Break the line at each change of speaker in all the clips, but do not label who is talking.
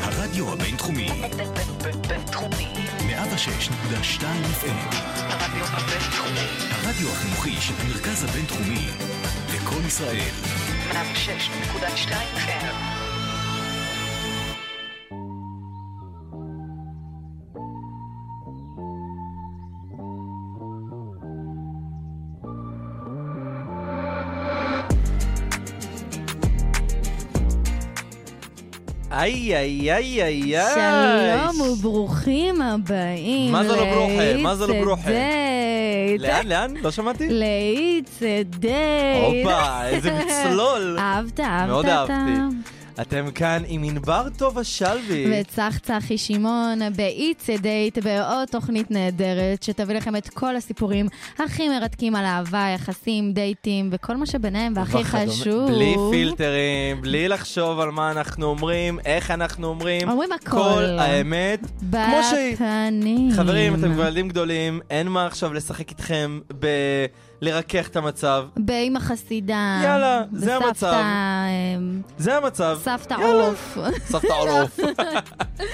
הרדיו הבינתחומי,
בינתחומי.
106.2 FM,
הרדיו הבינתחומי.
הרדיו החינוכי של המרכז הבינתחומי, לקום ישראל,
106.2 FM.
איי, איי, איי, איי, איי.
שלום וברוכים הבאים.
מה זה לא ברוכה? מה זה לא ברוכה?
לאיץ
לאן, לאן? לא שמעתי?
לאיץ דייט.
הופה, איזה מצלול.
אהבת, אהבת.
מאוד
אתה.
אהבתי. אתם כאן עם ענבר טובה שלוי.
וצח צחי שמעון ב-It's a Date בעוד תוכנית נהדרת שתביא לכם את כל הסיפורים הכי מרתקים על אהבה, יחסים, דייטים וכל מה שביניהם והכי
וכדומה.
חשוב.
בלי פילטרים, בלי לחשוב על מה אנחנו אומרים, איך אנחנו אומרים.
אומרים הכל. Mm.
כל האמת. כמו שהיא.
בפנים.
חברים, אתם כבר ילדים גדולים, אין מה עכשיו לשחק איתכם ב... לרכך את המצב.
באמא חסידה.
יאללה, זה
בסבתא,
המצב.
אמ,
זה המצב.
סבתא
יאללה.
עוף.
סבתא עורף.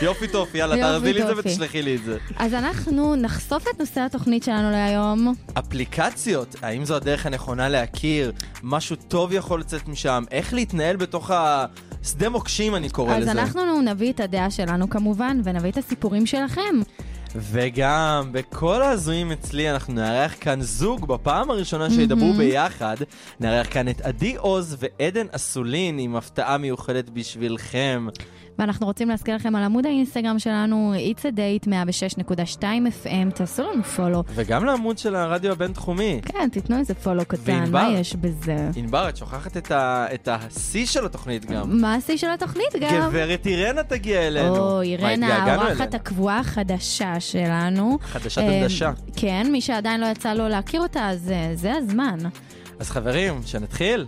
יופי טוף, יאללה,
לא. יופי
תערבי לי את זה
טופי.
ותשלחי לי את זה.
אז אנחנו נחשוף את נושא התוכנית שלנו להיום.
אפליקציות, האם זו הדרך הנכונה להכיר? משהו טוב יכול לצאת משם? איך להתנהל בתוך השדה מוקשים, אני קורא
אז
לזה.
אנחנו נביא את הדעה שלנו כמובן, ונביא את הסיפורים שלכם.
וגם, בכל ההזויים אצלי, אנחנו נארח כאן זוג בפעם הראשונה שידברו
Mm-hmm.
ביחד. נארח כאן את עדי עוז ועדן אסולין עם הפתעה מיוחדת בשבילכם.
ואנחנו רוצים להזכיר לכם על עמוד האינסטגרם שלנו, It's a Date 106.2 FM, תעשו לנו פולו.
וגם לעמוד של הרדיו הבינתחומי.
כן, תיתנו איזה פולו קטן,
וענבר.
מה יש בזה?
ענבר, את שוכחת את ה- את השיא של התוכנית גם.
מה השיא של התוכנית גם?
גברת אירנה תגיע אלינו.
או,
מה,
אירנה,
התגעגענו
האורחת
אליה?
הקבועה החדשה שלנו.
חדשה
אה,
דנדשה.
כן, מי שעדיין לא יצא לו להכיר אותה, אז אה, זה הזמן.
אז חברים, שנתחיל.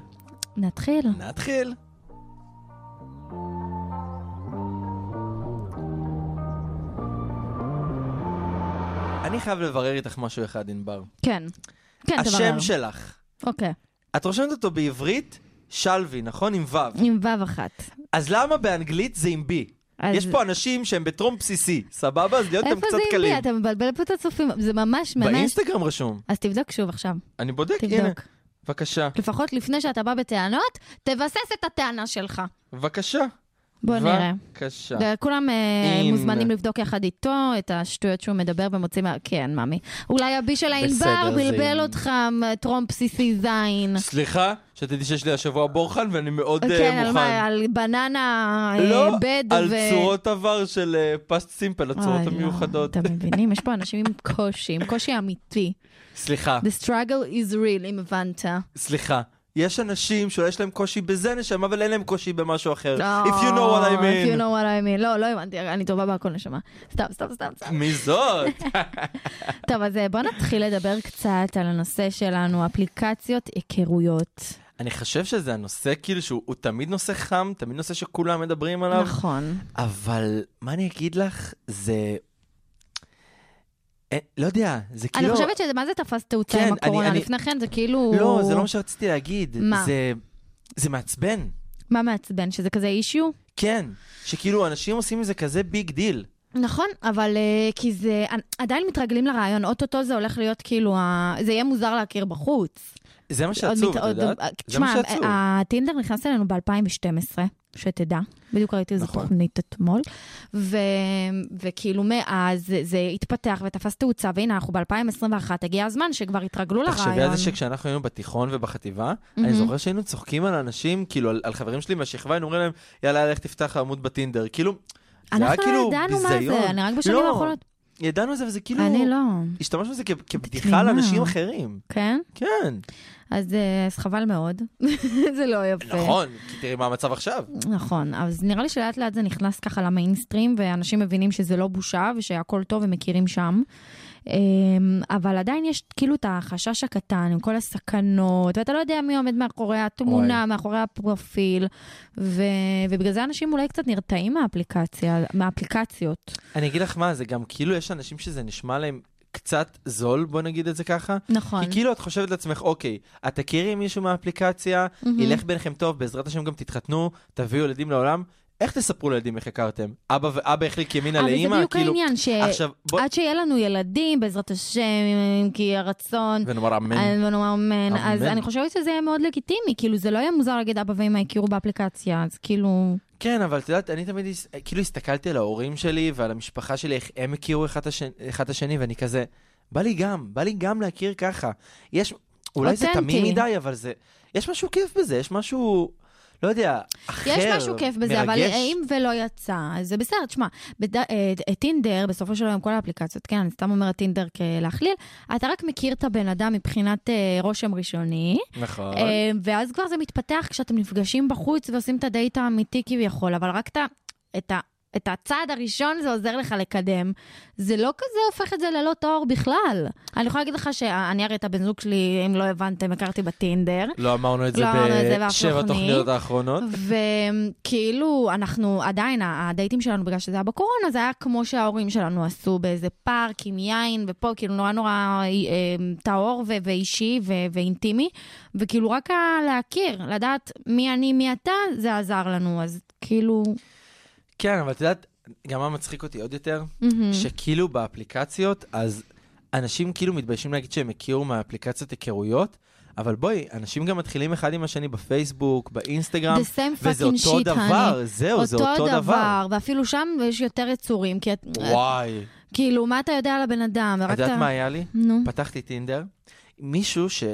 נתחיל.
נתחיל. אני חייב לברר איתך משהו אחד, ענבר.
כן. כן, תברר.
השם שלך,
אוקיי.
את רושמת אותו בעברית שלוי, נכון? עם ו'.
עם ו' אחת.
אז למה באנגלית זה עם בי?
אז-
יש פה אנשים שהם בטרום בסיסי, סבבה? אז להיות אתם
איפה
קצת
זה עם
קלים.
בי? אתה מבלבל פה את הצופים, זה ממש ממש...
באינסטגרם רשום.
אז תבדוק שוב עכשיו,
אני בודק, הנה.
תבדוק.
בבקשה.
לפחות לפני שאתה בא בטענות, תבסס את הטענה שלך.
בבקשה.
בוא נראה.
בבקשה.
כולם אה,
אין.
מוזמנים לבדוק יחד איתו את השטויות שהוא מדבר ומוצאים... מה- כן, ממי. אולי הבי של הענבר
בסדר, זה
בלבל
עם-
אותך, מ- טרום בסיסי זין.
סליחה, שתדעי שיש לי השבוע בורחן ואני מאוד אה,
כן, על
מוכן.
מה? על בננה, אה,
לא,
בד ו...
על צורות עבר של אה, פסט סימפל,
אוי,
הצורות
לא,
המיוחדות.
אתם מבינים? יש פה אנשים עם קושי, עם קושי אמיתי.
סליחה,
The struggle is real, אם הבנת.
סליחה. יש אנשים שאולי יש להם קושי בזה נשמה, אבל אין להם קושי במשהו אחר.
לא,
If you know what I
If you
mean.
know what I mean. לא, לא הבנתי, אני טובה בהכל נשמה. סתם, סתם, סתם, סתם.
מי זאת?
טוב, אז אה, בוא נתחיל לדבר קצת על הנושא שלנו, אפליקציות היכרויות.
אני חושב שזה הנושא, כאילו, שהוא הוא תמיד נושא חם, תמיד נושא שכולם מדברים עליו, כאילו-
נכון.
אבל מה אני אגיד לך, זה... אה, לא יודע, זה כאילו...
אני חושבת שזה, מה זה תפס תאוצה
כן,
עם
אני-
הקורונה?
אני-
לפני כן זה כאילו...
לא, זה לא מה שרציתי להגיד.
מה?
זה, זה מעצבן.
מה מעצבן? שזה כזה אישיו?
כן. שכאילו, אנשים עושים מזה כזה ביג דיל.
נכון, אבל אה, כי זה... עדיין מתרגלים לרעיון, אוטוטו זה הולך להיות כאילו... ה- זה יהיה מוזר להכיר בחוץ.
זה מה
עוד
שעצוב,
מת-
את
עוד-
יודעת?
אה,
זה מה
תשמע,
שעצוב.
אה, הטינדר נכנס אלינו ב-2012, שתדע. בדיוק ראיתי איזו
נכון.
תוכנית אתמול. ו- וכאילו מאז זה- זה התפתח ותפס תאוצה, והנה אנחנו ב-2021, הגיע הזמן שכבר התרגלו לרעיון.
תחשבי על זה שכשאנחנו היינו בתיכון ובחטיבה, אני זוכר שהיינו צוחקים על אנשים, כאילו, על- על חברים שלי מהשכבה, היינו אומרים להם, יאללה, לך תפתח עמוד בטינדר. כאילו, זה היה
אנחנו לא
כאילו
ידענו מה
ביזיון.
זה, אני רק בשנים
לא,
האחרונות.
ידענו את זה, וזה כאילו...
אני לא,
השתמשנו בזה כ- כבדיחה
תמימה.
לאנשים אחרים.
כן?
כן.
אז אה, אז חבל מאוד. זה לא יפה.
נכון, כי תראי מה המצב עכשיו.
נכון, אז נראה לי שלאט לאט זה נכנס ככה למיינסטרים, ואנשים מבינים שזה לא בושה ושהכול טוב ומכירים שם. אמ, אבל עדיין יש כאילו את החשש הקטן עם כל הסכנות, ואתה לא יודע מי עומד מאחורי התמונה,
אוי.
מאחורי הפרופיל, ו... ובגלל זה אנשים אולי קצת נרתעים מהאפליקציה, מהאפליקציות.
אני אגיד לך מה, זה גם כאילו יש אנשים שזה נשמע להם קצת זול, בוא נגיד את זה ככה.
נכון.
כי כאילו את חושבת לעצמך, אוקיי, את תכירי מישהו מהאפליקציה, ילך ביניכם טוב, בעזרת השם גם תתחתנו, תביאו ילדים לעולם. איך תספרו לילדים איך הכרתם? אבא ואבא החליק ימינה
אבל זה
לאימא?
בדיוק
כאילו...
העניין, אה, ש...
עכשיו, בוא...
עד שיהיה לנו ילדים, בעזרת השם, אם כי הרצון,
ונאמר אמן.
אה, ונאמר אמן, אז
אמן.
אני חושבת שזה יהיה מאוד לגיטימי, כאילו זה לא יהיה מוזר להגיד אבא ואמא הכירו באפליקציה, אז כאילו...
כן, אבל את יודעת, אני תמיד, הס- כאילו הסתכלתי על ההורים שלי ועל המשפחה שלי, איך הם הכירו אחד את השני, אחד את השני ואני כזה, בא לי גם, בא לי גם להכיר ככה. יש, אולי זה
אותנטי.
תמים מדי, אבל זה, יש משהו כיף בזה, יש משהו, לא יודע, אחר,
יש משהו כיף בזה,
מרגש.
אבל אם ולא יצא, אז זה בסדר, תשמע, בד... אה, אה, טינדר, בסופו של יום כל האפליקציות, כן, אני סתם אומרת טינדר כלהכליל, אתה רק מכיר את הבן אדם מבחינת אה, רושם ראשוני,
נכון.
אה, ואז כבר זה מתפתח כשאתם נפגשים בחוץ ועושים את הדייט האמיתי כביכול, אבל רק את ה... את ה... את הצעד הראשון זה עוזר לך לקדם. זה לא כזה הופך את זה ללא תואר בכלל. אני יכולה להגיד לך שאני הרי את הבן זוג שלי, אם לא הבנתם, הכרתי בטינדר.
לא אמרנו את זה
לא אמרנו את זה באף
בשבע
תוכנית.
תוכניות האחרונות. אוקיי.
וכאילו, אנחנו עדיין, הדייטים שלנו, בגלל שזה היה בקורונה, זה היה כמו שההורים שלנו עשו באיזה פארק עם יין ופה, כאילו נורא נורא אה, טהור ו- ואישי ו- ואינטימי, וכאילו רק ה- להכיר, לדעת מי אני, מי אתה, זה עזר לנו, אז כאילו...
כן, אבל את יודעת, גם מה מצחיק אותי עוד יותר?
מהמם.
שכאילו באפליקציות, אז אנשים כאילו מתביישים להגיד שהם הכירו מהאפליקציות היכרויות, אבל בואי, אנשים גם מתחילים אחד עם השני בפייסבוק, באינסטגרם,
The same
וזה
fucking
אותו
shit,
דבר, זהו, זה אותו דבר.
ואפילו שם יש יותר יצורים, כי את,
וואי,
כאילו, מה אתה יודע על הבן אדם?
את
ורק
יודעת
אתה-
מה היה לי?
נו.
פתחתי טינדר, מישהו ש...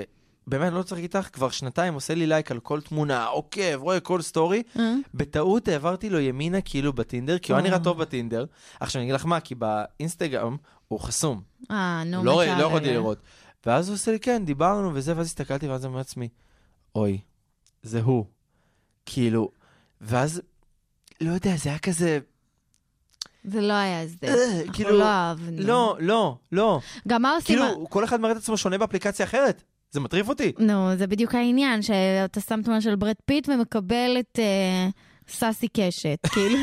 באמת, לא צריך להגיד לך, כבר שנתיים עושה לי לייק על כל תמונה, עוקב, רואה כל סטורי,
אה?
בטעות העברתי לו ימינה כאילו בטינדר, כי הוא היה
אה.
נראה טוב בטינדר. עכשיו אני אגיד לך מה, כי באינסטגרם הוא חסום.
אה, נו,
לא,
מה
ראי-
קרה?
לא יכולתי לראות. ואז הוא עושה לי, כן, דיברנו וזה, ואז הסתכלתי, ואז אמרתי לעצמי, אוי, זה הוא. כאילו, ואז, לא יודע, זה היה כזה,
זה לא היה זה.
אה,
אנחנו
כאילו,
לא אהבנו.
לא, לא, לא.
גם מה עושים...
כאילו, כל אחד מראה את עצמו שונה באפליקציה אחרת. זה מטריף אותי.
נו, זה בדיוק העניין, שאתה שם תמונה של ברד פיט ומקבל את אה, סאסי קשת, כאילו.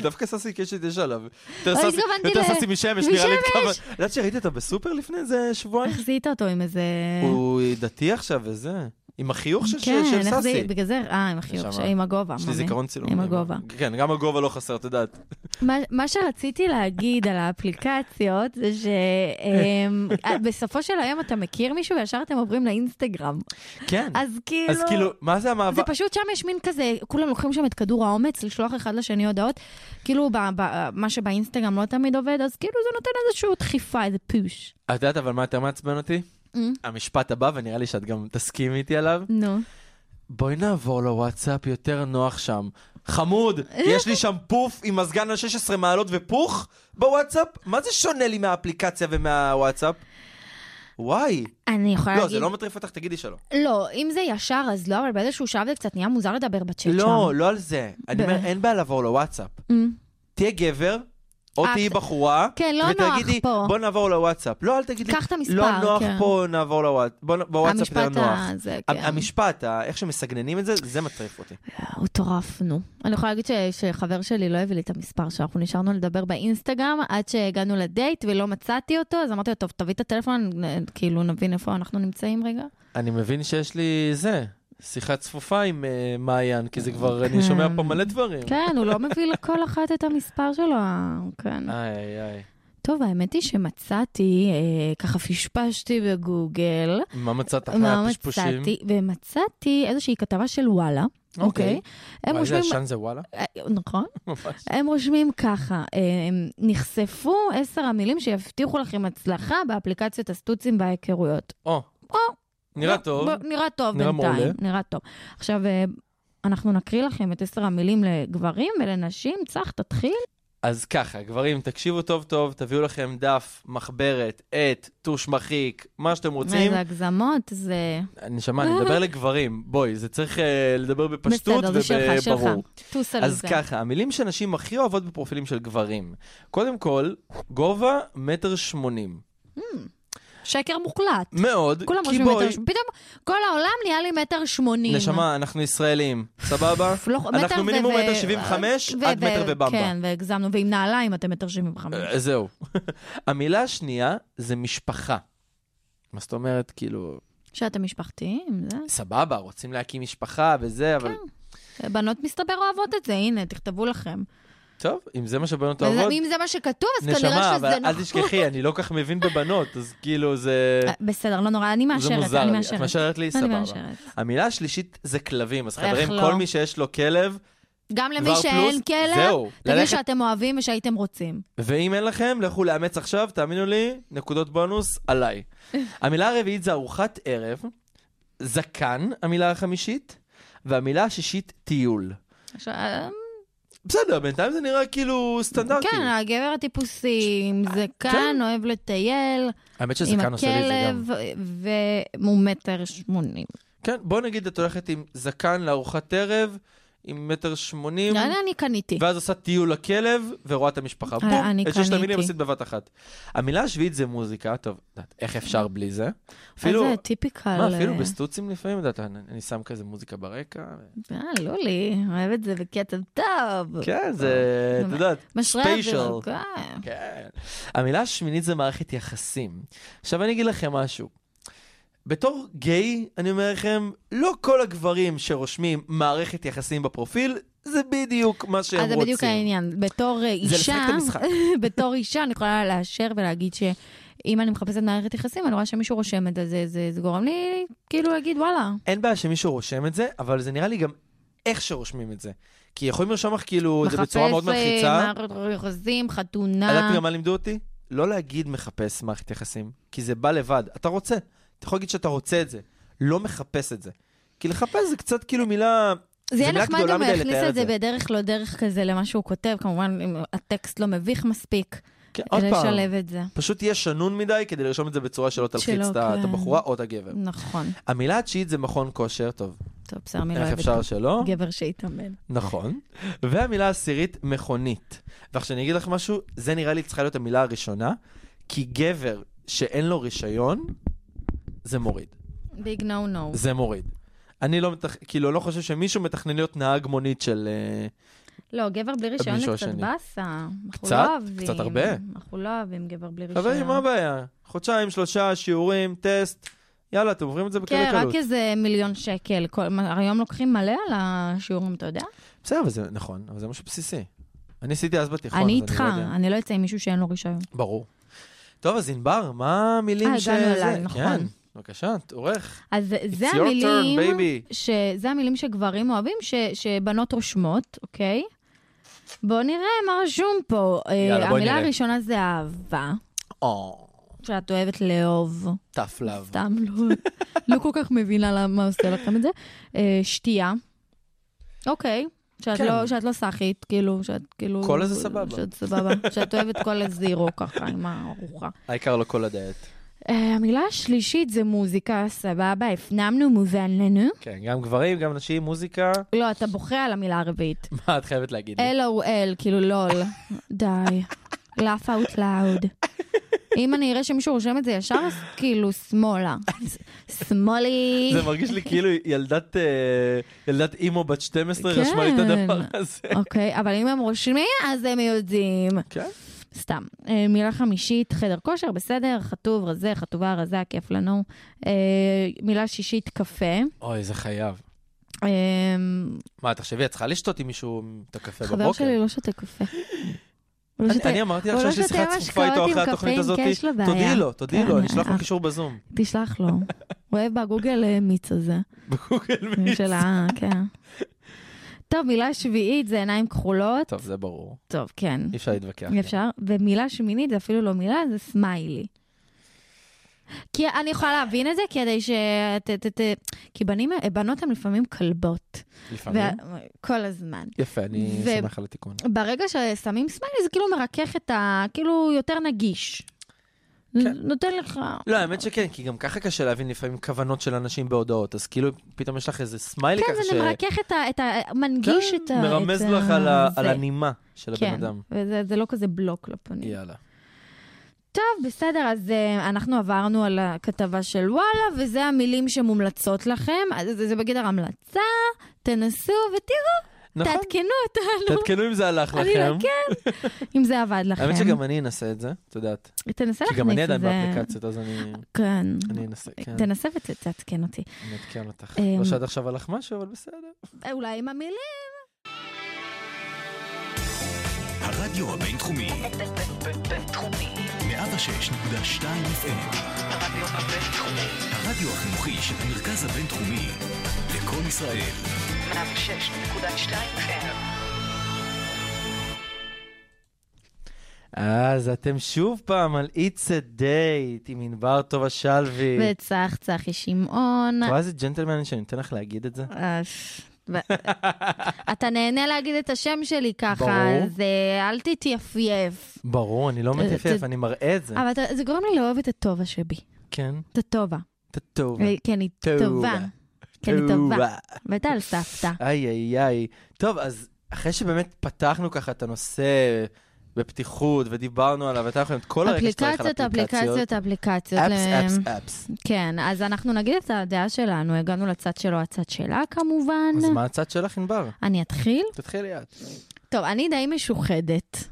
דווקא ססי קשת יש עליו. יותר
אוי,
ססי-
התכוונתי
יותר
ל-
ססי משמש, נראה לי
משמש.
כמה... את יודעת שראיתי אותה בסופר לפני איזה שבועיים?
החזית אותו עם איזה...
הוא דתי עכשיו וזה. עם החיוך של
כן,
של
החזית-
ססי.
בגלל זה, אה, עם החיוך,
נשמה.
ש- עם הגובה.
יש לי
מאמין.
זיכרון צילום.
עם הגובה.
כן, גם הגובה לא חסר, את יודעת.
מה- מה שרציתי להגיד על האפליקציות, זה שבסופו של היום אתה מכיר מישהו וישר אתם עוברים לאינסטגרם.
כן.
אז כאילו...
אז כאילו, מה זה המעבר?
זה פשוט שם יש מין כזה, כולם לוקחים שם את כדור האומץ לשלוח אחד לשני הודעות. כאילו, ב, ב, מה שבאינסטגרם לא תמיד עובד, אז כאילו זה נותן איזושהי דחיפה, איזה פוש.
את יודעת אבל מה יותר מעצבן אותי?
Mm.
המשפט הבא, ונראה לי שאת גם תסכימי איתי עליו,
נו.
בואי נעבור לוואטסאפ, יותר נוח שם. חמוד, יש לי שם פוף עם מזגן על 16 מעלות ופוך בוואטסאפ? מה זה שונה לי מהאפליקציה ומהוואטסאפ? וואי.
אני יכולה
לא,
להגיד...
זה לא מטריף אותך, תגידי שלא.
לא, אם זה ישר אז לא, אבל באיזשהו שלב זה קצת נהיה מוזר לדבר בצ'אט שם.
לא, לא על זה. אני אומר,
ב-
אין בעיה לעבור לוואטסאפ.
Mm.
תהיה גבר, או
אה,
תהיי
ת-
בחורה,
כן, לא נוח
ותגידי,
פה.
בוא נעבור לוואטסאפ. לא, אל תגידי,
קח את המספר,
לא נוח
כן.
פה, נעבור לוואטסאפ. בוואטסאפ יותר
המשפט
נוח.
הזה,
ה-
כן.
המשפט, ה- איך שמסגננים את זה, זה מטריף אותי.
הוטרפנו. אני יכולה להגיד ש- שחבר שלי לא הביא לי את המספר שאנחנו נשארנו לדבר באינסטגרם עד שהגענו לדייט ולא מצאתי אותו, אז אמרתי לו, טוב, תביא את הטלפון, נ- כאילו נבין איפה אנחנו נמצאים רגע.
אני מבין שיש לי זה, שיחה צפופה עם אה, מעיין, כי זה כבר, אני שומע פה מלא דברים.
כן, הוא לא מביא לכל אחת את המספר שלו, כן.
איי, איי, איי.
טוב, האמת היא שמצאתי, אה, ככה פשפשתי בגוגל,
מה מצאת אחרי
מה
הפשפושים?
מצאתי, ומצאתי איזושהי כתבה של וואלה, אוקיי?
וואי,
הם
זה
רושמים,
ישן זה וואלה?
אה, נכון?
ממש.
הם רושמים ככה, אה, הם נחשפו עשר המילים שיבטיחו לכם הצלחה באפליקציות הסטוצים וההיכרויות.
או,
או,
נראה
בוא-
טוב.
בוא- נראה טוב
נראה
בינתיים.
מעולה.
נראה טוב. עכשיו, אה, אנחנו נקריא לכם את עשר המילים לגברים ולנשים. צח, תתחיל.
אז ככה, גברים, תקשיבו טוב טוב, תביאו לכם דף, מחברת, עט, טוש מחיק, מה שאתם רוצים.
איזה הגזמות, זה...
נשמה, אני מדבר לגברים, בואי, זה צריך אה, לדבר בפשטות
בסדר, זה שלך, שלך.
וברור.
טוס על
אז
זה.
ככה, המילים שנשים הכי אוהבות בפרופילים של גברים. קודם כל, גובה מטר שמונים.
שקר מוחלט.
מאוד,
כולם
כי
רושמים
בואי,
מטר... פתאום כל העולם נהיה לי מטר שמונים.
נשמה, אנחנו ישראלים, סבבה?
לא, מטר
אנחנו
ו-
מינימום
ו-
מטר שבעים וחמש,
ו-
עד
ו-
מטר ובמבה.
כן, והגזמנו, ועם נעליים אתם מטר שבעים וחמש.
אה, זהו. המילה השנייה זה משפחה. מה זאת אומרת, כאילו,
שאתם משפחתיים, זה... כן.
סבבה, רוצים להקים משפחה וזה, אבל...
בנות מסתבר אוהבות את זה, הנה, תכתבו לכם.
טוב, אם זה מה שבנות
וזה-
אוהבות,
אם זה מה שכתוב, אז כנראה
נשמה,
שזה
אבל
נכון.
אל תשכחי, אני לא כל כך מבין בבנות, אז כאילו זה...
אה, בסדר, לא נורא, אני מאשרת,
זה
אני מאשרת.
מוזר לי. את מאשרת לי?
אני
סבבה.
מאשרת.
המילה השלישית זה כלבים, אז
איך
חברים,
לא?
כל מי שיש לו כלב,
גם למי
דבר פלוס,
שאין כלב,
זהו.
תגידו
ללכת-
שאתם אוהבים ושהייתם רוצים.
ואם אין לכם, לכו לאמץ עכשיו, תאמינו לי, נקודות בונוס עליי. המילה הרביעית זה ארוחת ערב, זקן, המילה החמישית, והמילה השישית, טיול.
עכשיו, אה,
בסדר, בינתיים זה נראה כאילו סטנדרטי.
כן, הגבר הטיפוסי, עם זקן, אוהב לטייל,
האמת
עם
שזקן עושה לי את אה, כן. זה גם.
הכלב, והוא מטר שמונים.
כן, בוא נגיד את הולכת עם זקן לארוחת ערב, עם מטר שמונים,
יאללה, לא, אני קניתי.
ואז עושה טיול לכלב ורואה את המשפחה.
אה,
בום,
אני
את ששת
קניתי.
המילים עשית בבת אחת. המילה השביעית זה מוזיקה, טוב, את יודעת, איך אפשר בלי זה? אפילו,
איזה טיפיקל.
מה, אפילו
אה,
בסטוצים לפעמים, את יודעת, אני אני שם כזה מוזיקה ברקע.
אה, לולי, אוהב את זה בקצב טוב.
כן, זה, את
באמת.
יודעת,
אה, משרה
ספיישל.
אוויר, כן.
כן. המילה השמינית זה מערכת יחסים. עכשיו אני אגיד לכם משהו. בתור גיי, אני אומר לכם, לא כל הגברים שרושמים מערכת יחסים בפרופיל, זה בדיוק מה שהם
אז אה, זה
רוצים.
בדיוק העניין. בתור אה,
זה לשחק
אישה,
את המשחק.
בתור אישה אני יכולה לאשר ולהגיד שאם אני מחפשת מערכת יחסים, אני רואה שמישהו רושם את זה, זה, זה, זה גורם לי כאילו להגיד וואלה.
אין בעיה שמישהו רושם את זה, אבל זה נראה לי גם איך שרושמים את זה. כי יכולים לרשום לך כאילו את זה בצורה מאוד
מחפש,
מלחיצה.
אה, מערכת יחסים, חתונה.
יודעת גם מה לימדו אותי? לא להגיד מחפש מערכת יחסים, כי זה בא לבד. אתה רוצה. אתה יכול להגיד שאתה רוצה את זה, לא מחפש את זה. כי לחפש זה קצת כאילו מילה...
זה
זה
יהיה
מילה
נחמד
גדולה
אם הוא
מדי
יכניס
לתאר
את זה
את זה.
בדרך לא דרך כזה למה שהוא כותב, כמובן אם הטקסט לא מביך מספיק,
כן, עוד פעם,
לשלב את זה.
פשוט תהיה שנון מדי כדי לרשום את זה בצורה שלא תלחיץ
שלא,
את ה- את
כן.
הבחורה או את הגבר.
נכון.
המילה התשיעית זה מכון כושר, טוב,
טוב, בסדר, מי לא
איך
אוהבת
אפשר שלא?
גבר שהתאמן.
נכון. והמילה העשירית, מכונית. ועכשיו אני אגיד לך משהו, זה נראה לי צריכה להיות המילה הראשונה, כי גבר שאין לו רישיון, זה מוריד.
ביג נו נו.
זה מוריד. אני לא מתכ... כאילו, לא חושב שמישהו מתכנן להיות נהג מונית של... אה,
לא, גבר בלי רישיון זה
מישהו
קצת
השני.
באסה. אנחנו
קצת?
לא אוהבים.
קצת הרבה.
אנחנו לא אוהבים גבר בלי רישיון.
חברים, מה הבעיה? חודשיים, שלושה, שיעורים, טסט, יאללה, אתם עוברים את זה בקלות.
כן, רק איזה מיליון שקל. כל- מה, היום לוקחים מלא על השיעורים, אתה יודע?
בסדר, אבל זה נכון, אבל זה משהו בסיסי. אני עשיתי אז בתיכון.
אני
אז
איתך,
לא יודע.
אני לא אצא עם מישהו שאין לו רישיון.
ברור. טוב, אז ענבר, מה המילים
אה,
ש...
הגענו
זה?
אליי, נכון.
כן, בבקשה, תעורך.
אז זה
It's your
המילים,
turn, baby.
ש- זה המילים שגברים אוהבים, ש- שבנות רושמות, אוקיי? בואו נראה מה רשום פה. אה,
יאללה, בואי
המילה
נראה.
הראשונה זה אהבה,
או,
שאת אוהבת לאהוב.
tough love.
סתם, לא, לא כל כך מבינה למה עושה לכם את זה. אה, שתייה. אוקיי. שאת,
כן.
לא, שאת לא סאחית, כאילו, שאת כאילו...
קולה זה סבבה.
שאת סבבה. שאת אוהבת כל הזירו ככה עם הארוחה.
העיקר לא כל הדיאט.
אה, המילה השלישית זה מוזיקה, סבבה, הפנמנו, מובן לנו.
כן, גם גברים, גם נשים, מוזיקה.
לא, אתה בוכה על המילה הרביעית.
מה את חייבת להגיד לי?
LOL, כאילו לול. די. laugh out loud. אם אני אראה שמישהו רושם את זה ישר, אז כאילו שמאלה. שמאלי.
זה מרגיש לי כאילו ילדת אה, ילדת אימו בת 12
כן.
רשמה לי את הדבר הזה.
אוקיי, אבל אם הם רושמים, אז הם יודעים.
כן.
סתם. אה, מילה חמישית, חדר כושר, בסדר, חטוב, רזה, חטובה, רזה, כיף לנו. אה, מילה שישית, קפה.
אוי, זה חייב.
אה,
מה, תחשבי, את צריכה לשתות עם מישהו את הקפה בבוקר?
חבר שלי לא שותה קפה. הוא לא
אני-
שותה-
אני אמרתי לך
הוא לא
עכשיו שיש לי שיחה
שותה
צפופה איתו
משקאות
אחרי
עם
התוכנית
קפאין,
הזאת.
כי יש לו בעיה.
תודיעי לו, תודיעי
כן,
לו, אני אשלח לו
אה.
קישור בזום.
תשלח לו. הוא אוהב בגוגל אה, מיץ הזה. אה,
בגוגל מיץ.
של ה... כן. טוב, מילה שביעית זה עיניים כחולות.
טוב, זה ברור.
טוב, כן.
אי אפשר להתווכח.
אי אפשר. ומילה שמינית זה אפילו לא מילה, זה סמיילי. כי אני יכולה להבין את זה כדי ש... ת, ת, ת... כי בנים, אה, בנות הן לפעמים כלבות.
לפעמים.
כל הזמן.
יפה, אני
ו-
שמח על התיקון.
ברגע ששמים סמיילי זה כאילו מרכך את ה... כאילו יותר נגיש.
כן.
נ- נותן לך...
לא, האמת שכן, כי גם ככה קשה להבין לפעמים כוונות של אנשים בהודעות, אז כאילו פתאום יש לך איזה סמיילי
כן,
ככה ש... כן,
זה מרכך את ה... את ה... מנגיש את ה...
מרמז
את
לך על ה-
זה.
על הנימה של הבן
כן,
אדם.
וזה זה לא כזה בלוק לפנים.
יאללה.
טוב, בסדר, אז uh, אנחנו עברנו על הכתבה של וואלה, וזה המילים שמומלצות לכם. אז זה, זה בגדר המלצה, תנסו ותראו.
נכון.
תעדכנו אותנו.
תעדכנו אם זה הלך
אני לא-
לכם.
כן, אם זה עבד לכם.
האמת שגם אני אנסה את זה, את יודעת.
תנסה
כי גם אני
להכניס את
עדיין
זה.
באפליקציות, אז אני
כן.
אני אנסה, כן.
תנסה ותעדכן אותי.
אני אעדכן אותך.
אמ,
לא שעד עכשיו הלך משהו, אבל בסדר.
אה, אולי עם המילים.
הרדיו הבינתחומי,
בין- בין- בין- בינתחומי.
106.2 FM,
הרדיו הבינתחומי.
הרדיו החינוכי של המרכז הבינתחומי, לקום ישראל,
106.2 FM.
אז אתם שוב פעם על It's a Date עם ענבר טובה שלוי.
וצח צחי שמעון.
את רואה איזה ג'נטלמן שאני נותן לך להגיד את זה?
אה, ו- אתה נהנה להגיד את השם שלי ככה,
ברור.
אז אה, אל תתייפייף.
ברור, אני לא
אה,
מטפף,
ת-
אני מראה את זה.
אבל אתה- זה גורם לי לאהוב את הטובה שבי.
כן,
את הטובה.
אתה טוב.
אה, כן, היא
טובה.
טובה. כן, היא טובה. ואתה על סבתא.
איי איי איי. טוב, אז אחרי שבאמת פתחנו ככה את הנושא בפתיחות ודיברנו עליו, אתה יכול את כל הרקע שלך על
אפליקציות, אפליקציות, אפליקציות.
אפס, אפס,
ל-
אפס.
כן, אז אנחנו נגיד את הדעה שלנו, הגענו לצד שלו, הצד שלה כמובן.
אז מה הצד שלך, ענבר?
אני אתחיל?
תתחילי את.
טוב, אני די משוחדת.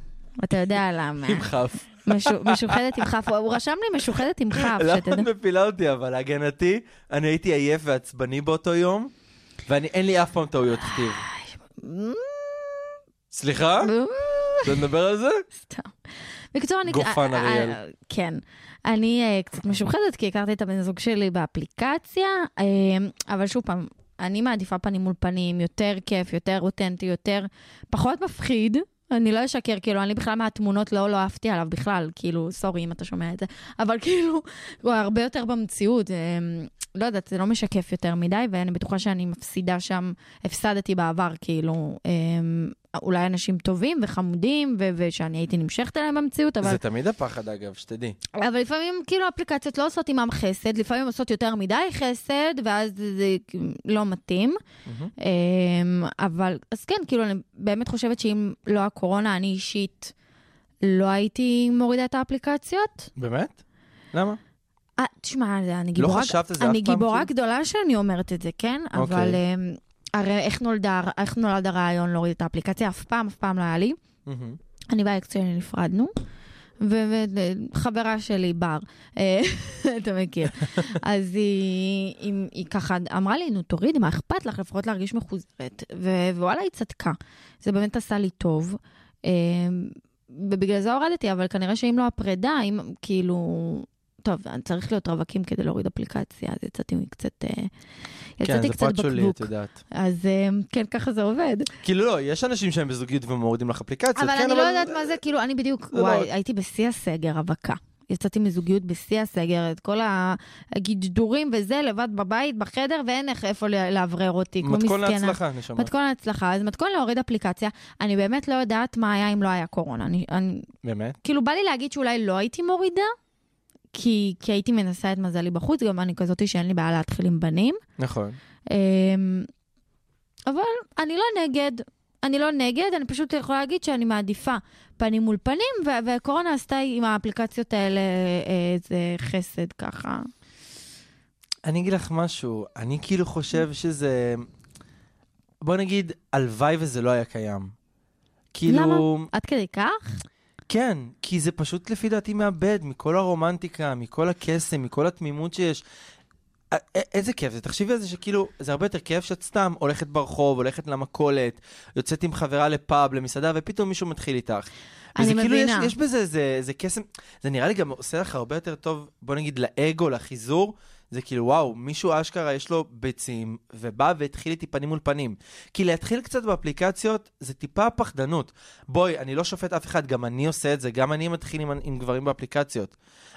אתה יודע למה.
עם כף.
משו- משוחדת עם כף, הוא- הוא רשם לי משוחדת עם כף,
למה
שתדע.
את מפילה אותי, אבל להגנתי, אני הייתי עייף ועצבני באותו יום, ואין לי אף פעם טעויות כתיב. סליחה? אתה מדבר על זה?
סתם. בקיצור, אני...
גופן
אה,
אריאל.
אה, כן. אני אה, קצת משוחדת, כי הכרתי את הבן זוג שלי באפליקציה, אה, אבל שוב פעם, אני מעדיפה פנים מול פנים, יותר כיף, יותר אותנטי, יותר... פחות מפחיד. אני לא אשקר, כאילו, אני בכלל מהתמונות לא, לא אהבתי עליו בכלל, כאילו, סורי אם אתה שומע את זה, אבל כאילו, הוא הרבה יותר במציאות, אה, לא יודעת, זה לא משקף יותר מדי, ואני בטוחה שאני מפסידה שם, הפסדתי בעבר, כאילו, אה, אולי אנשים טובים וחמודים, ו- ושאני הייתי נמשכת אליהם במציאות, אבל
זה תמיד הפחד, אגב, שתדעי.
אבל לפעמים כאילו אפליקציות לא עושות עימם חסד, לפעמים עושות יותר מדי חסד, ואז זה לא מתאים. Mm-hmm. אבל, אז כן, כאילו, אני באמת חושבת שאם לא הקורונה, אני אישית לא הייתי מורידה את האפליקציות.
באמת? למה?
אה, תשמע, אני גיבורה,
לא חשבת על זה אף
אני
פעם,
גיבורה
כאילו?
גדולה שאני אומרת את זה, כן? Okay.
אוקיי.
אבל אמ, הרי איך, נולדה, איך נולד הרעיון להוריד את האפליקציה? אף פעם, אף פעם לא היה לי.
מהמם.
אני והאקס שלי נפרדנו, וחברה שלי בר, אה, אתה מכיר. אז היא, היא, היא ככה אמרה לי, נו תורידי, מה אכפת לך לפחות להרגיש מחוזרת? ו- ווואלה, היא צדקה. זה באמת עשה לי טוב. אה, ובגלל זה הורדתי, אבל כנראה שאם לא הפרידה, אם כאילו... טוב, אני צריך להיות רווקים כדי להוריד אפליקציה, אז יצאתי קצת... אה,
כן,
יצאתי
זה
קצת
פרט שולי, את
בקבוק.
יודעת.
אז אה, כן, ככה זה עובד.
כאילו לא, יש אנשים שהם בזוגיות ומורידים לך אפליקציות,
אבל
כן,
אני לא יודעת מה זה, כאילו, אני בדיוק,
לא-
וואי, הייתי בשיא הסגר, רווקה. יצאתי מזוגיות בשיא הסגר, את כל הגידורים וזה, לבד בבית, בחדר, ואין איך איפה לאוורר אותי, כמו מסכנה.
מתכון להצלחה, נשמה.
מתכון להצלחה, אז מתכון להוריד אפליקציה. אני באמת לא יודעת מה היה אם לא היה קורונה. אני, אני,
באמת?
כאילו, בא לי להגיד שאולי לא הייתי מורידה, כי, כי הייתי מנסה את מזלי בחוץ, גם אני כזאתי שאין לי בעיה להתחיל עם בנים.
נכון.
אמ, אבל אני לא נגד. אני לא נגד, אני פשוט יכולה להגיד שאני מעדיפה פנים מול פנים, ו- והקורונה עשתה עם האפליקציות האלה אה, איזה חסד ככה.
אני אגיד לך משהו, אני כאילו חושב שזה... בוא נגיד, הלוואי וזה לא היה קיים. כאילו...
למה? עד כדי כך?
כן, כי זה פשוט לפי דעתי מאבד מכל הרומנטיקה, מכל הקסם, מכל התמימות שיש. א- א- איזה כיף זה, תחשבי על זה שכאילו, זה הרבה יותר כיף שאת סתם הולכת ברחוב, הולכת למכולת, יוצאת עם חברה לפאב, למסעדה, ופתאום מישהו מתחיל איתך.
אני
וזה כאילו, יש,
מבינה.
יש בזה איזה איזה קסם, זה נראה לי גם עושה לך הרבה יותר טוב, בוא נגיד, לאגו, לחיזור. זה כאילו, וואו, מישהו אשכרה יש לו ביצים, ובא והתחיל איתי פנים מול פנים. כי להתחיל קצת באפליקציות, זה טיפה פחדנות. בואי, אני לא שופט אף אחד, גם אני עושה את זה, גם אני מתחיל עם, עם גברים באפליקציות.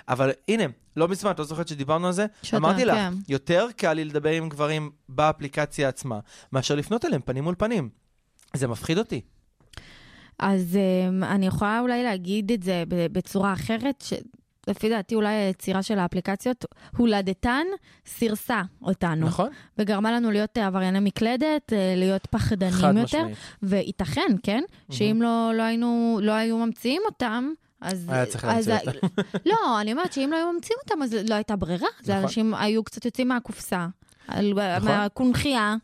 אבל הנה, לא מזמן, את לא זוכרת שדיברנו על זה?
שאתה-
אמרתי לך,
כן.
יותר קל לי לדבר עם גברים באפליקציה עצמה, מאשר לפנות אליהם פנים מול פנים. זה מפחיד אותי.
אז אמ, אני יכולה אולי להגיד את זה ב- בצורה אחרת, שלפי דעתי אולי היצירה של האפליקציות, הולדתן, סירסה אותנו.
נכון.
וגרמה לנו להיות אה, עברייני מקלדת, אה, להיות
חד
פחדנים יותר.
משמעית.
וייתכן, כן, שאם לא, לא, היינו, לא היו ממציאים אותם, אז...
היה צריך
אז
להמציא
ה- לא, אני אומרת שאם לא היו ממציאים אותם, אז לא הייתה ברירה. אז
נכון.
אנשים היו קצת יוצאים מהקופסה. על- מהקונכייה,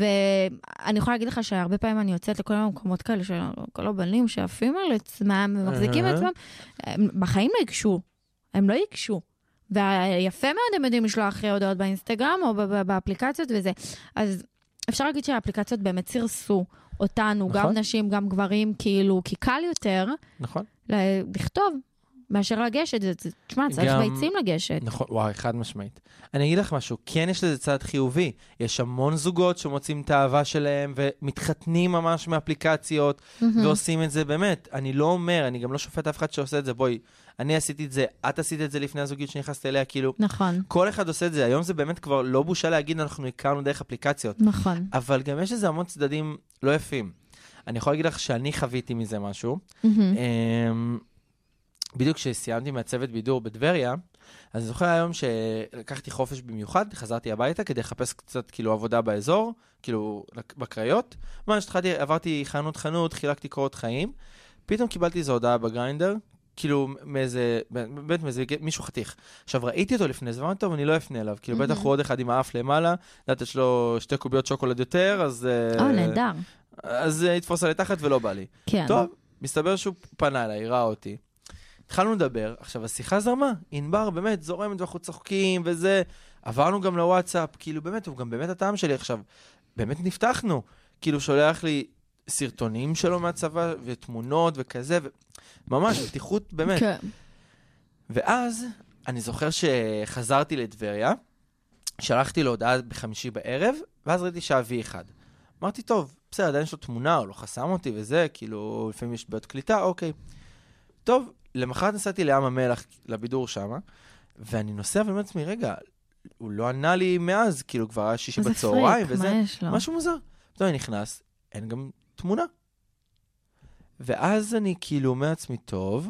ואני יכולה להגיד לך שהרבה פעמים אני יוצאת לכל מיני מקומות כאלה של כל הבנים שעפים על עצמם ומחזיקים
אהה.
מעצמם, הם בחיים לא ייגשו, הם לא ייגשו. ויפה מאוד הם יודעים לשלוח אה, הודעות באינסטגרם או ב- ב- באפליקציות וזה. אז אפשר להגיד שהאפליקציות באמת סירסו אותנו, גם
נכון.
נשים, גם גברים, כאילו, כי קל יותר
נכון.
ל- לכתוב מאשר לגשת. זה- זה- תשמע, צריך
גם-
ביצים לגשת.
נכון, וואי, חד משמעית. אני אגיד לך משהו, כן יש לזה צד חיובי. יש המון זוגות שמוצאים את האהבה שלהם ומתחתנים ממש מאפליקציות, ועושים את זה באמת. אני לא אומר, אני גם לא שופט אף אחד שעושה את זה. בואי, אני עשיתי את זה, את עשית את זה לפני הזוגיות שנכנסת אליה, כאילו,
נכון,
כל אחד עושה את זה. היום זה באמת כבר לא בושה להגיד, אנחנו הכרנו דרך אפליקציות.
נכון.
אבל גם יש לזה המון צדדים לא יפים. אני יכול להגיד לך שאני חוויתי מזה משהו.
מהמם.
אמ, בדיוק כשסיימתי מהצוות בידור בטבריה, אז אני זוכר היום שלקחתי חופש במיוחד, חזרתי הביתה כדי לחפש קצת כאילו עבודה באזור, כאילו לק- בקריות. ממש התחלתי, עברתי חנות חנות, חילקתי קורות חיים, פתאום קיבלתי איזו הודעה בגריינדר, כאילו מאיזה, באמת מאיזה מישהו חתיך. עכשיו ראיתי אותו לפני זמן טוב, אני לא אפנה אליו, כאילו בטח
Mhm.
הוא עוד אחד עם האף למעלה, לדעת יש לו שתי קוביות שוקולד יותר, אז... אה,
או, נהדר.
אז אה, יתפוס עלי תחת ולא בא לי.
כן.
טוב, מסתבר שהוא פנה אליי, ראה אותי. התחלנו לדבר, עכשיו השיחה זרמה, ענבר באמת זורמת ואנחנו צוחקים וזה, עברנו גם לוואטסאפ, כאילו באמת, הוא גם באמת הטעם שלי עכשיו, באמת נפתחנו, כאילו שולח לי סרטונים שלו מהצבא ותמונות וכזה, ו... ממש, פתיחות באמת.
כן.
ואז אני זוכר שחזרתי לטבריה, שלחתי לו הודעה בחמישי בערב, ואז ראיתי שאבי אחד. אמרתי, טוב, בסדר, עדיין יש לו תמונה, הוא לא חסם אותי וזה, כאילו, לפעמים יש בעיות קליטה, אוקיי. טוב, למחרת נסעתי לים המלח, לבידור שמה, ואני נוסע ואומר לעצמי, רגע, הוא לא ענה לי מאז, כאילו, כבר היה שישי
איזה
בצהריים
פריק,
וזה.
מה יש לו?
משהו מוזר. פתאום אני נכנס, אין גם תמונה. ואז אני כאילו אומר לעצמי, טוב,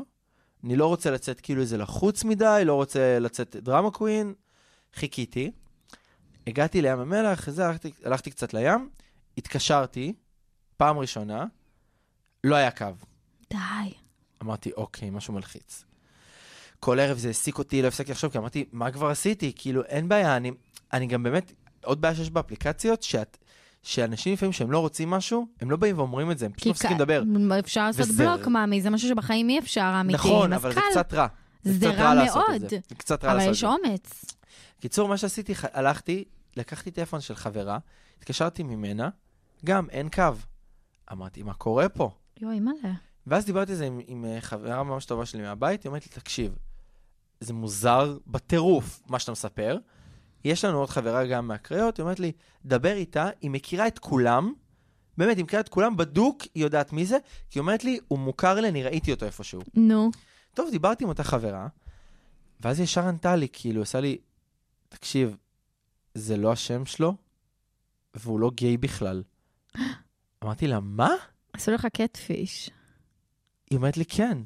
אני לא רוצה לצאת כאילו איזה לחוץ מדי, לא רוצה לצאת דרמה קווין. חיכיתי, הגעתי לים המלח, זה, הלכתי, הלכתי קצת לים, התקשרתי, פעם ראשונה, לא היה קו.
די.
אמרתי, אוקיי, משהו מלחיץ. כל ערב זה העסיק אותי, לא הפסקתי לחשוב, כי אמרתי, מה כבר עשיתי? כאילו, אין בעיה, אני, אני גם באמת, עוד בעיה שיש באפליקציות, שאת, שאנשים לפעמים שהם לא רוצים משהו, הם לא באים ואומרים את זה, הם פשוט
כי
מפסיקים
כ-
לדבר.
אפשר לעשות
וזה-
בלוק, מאמי, זה משהו שבחיים אי אפשר, אמיתי.
נכון,
אז
אבל זה
קל.
קצת רע.
זה
קצת
רע
לעשות את
מאוד.
זה. זה קצת רע
אבל
לעשות את
יש
זה.
אומץ.
קיצור, מה שעשיתי, ח- הלכתי, לקחתי טלפון של חברה, התקשרתי ממנה, גם אין קו. אמרתי, מה קורה פה?
יואי, מלא.
ואז דיברתי על זה עם, עם אה, חברה ממש טובה שלי מהבית, היא אומרת לי, תקשיב, זה מוזר בטירוף מה שאתה מספר. יש לנו עוד חברה גם מהקריות, היא אומרת לי, דבר איתה, היא מכירה את כולם, באמת, היא מכירה את כולם, בדוק, היא יודעת מי זה, כי היא אומרת לי, הוא מוכר לי, אני ראיתי אותו איפשהו.
נו.
טוב, דיברתי עם אותה חברה, ואז היא ישר ענתה לי, כאילו, עשה לי, תקשיב, זה לא השם שלו, והוא לא גיי בכלל. אמרתי לה, מה?
עשו לך קטפיש.
היא אומרת לי, כן.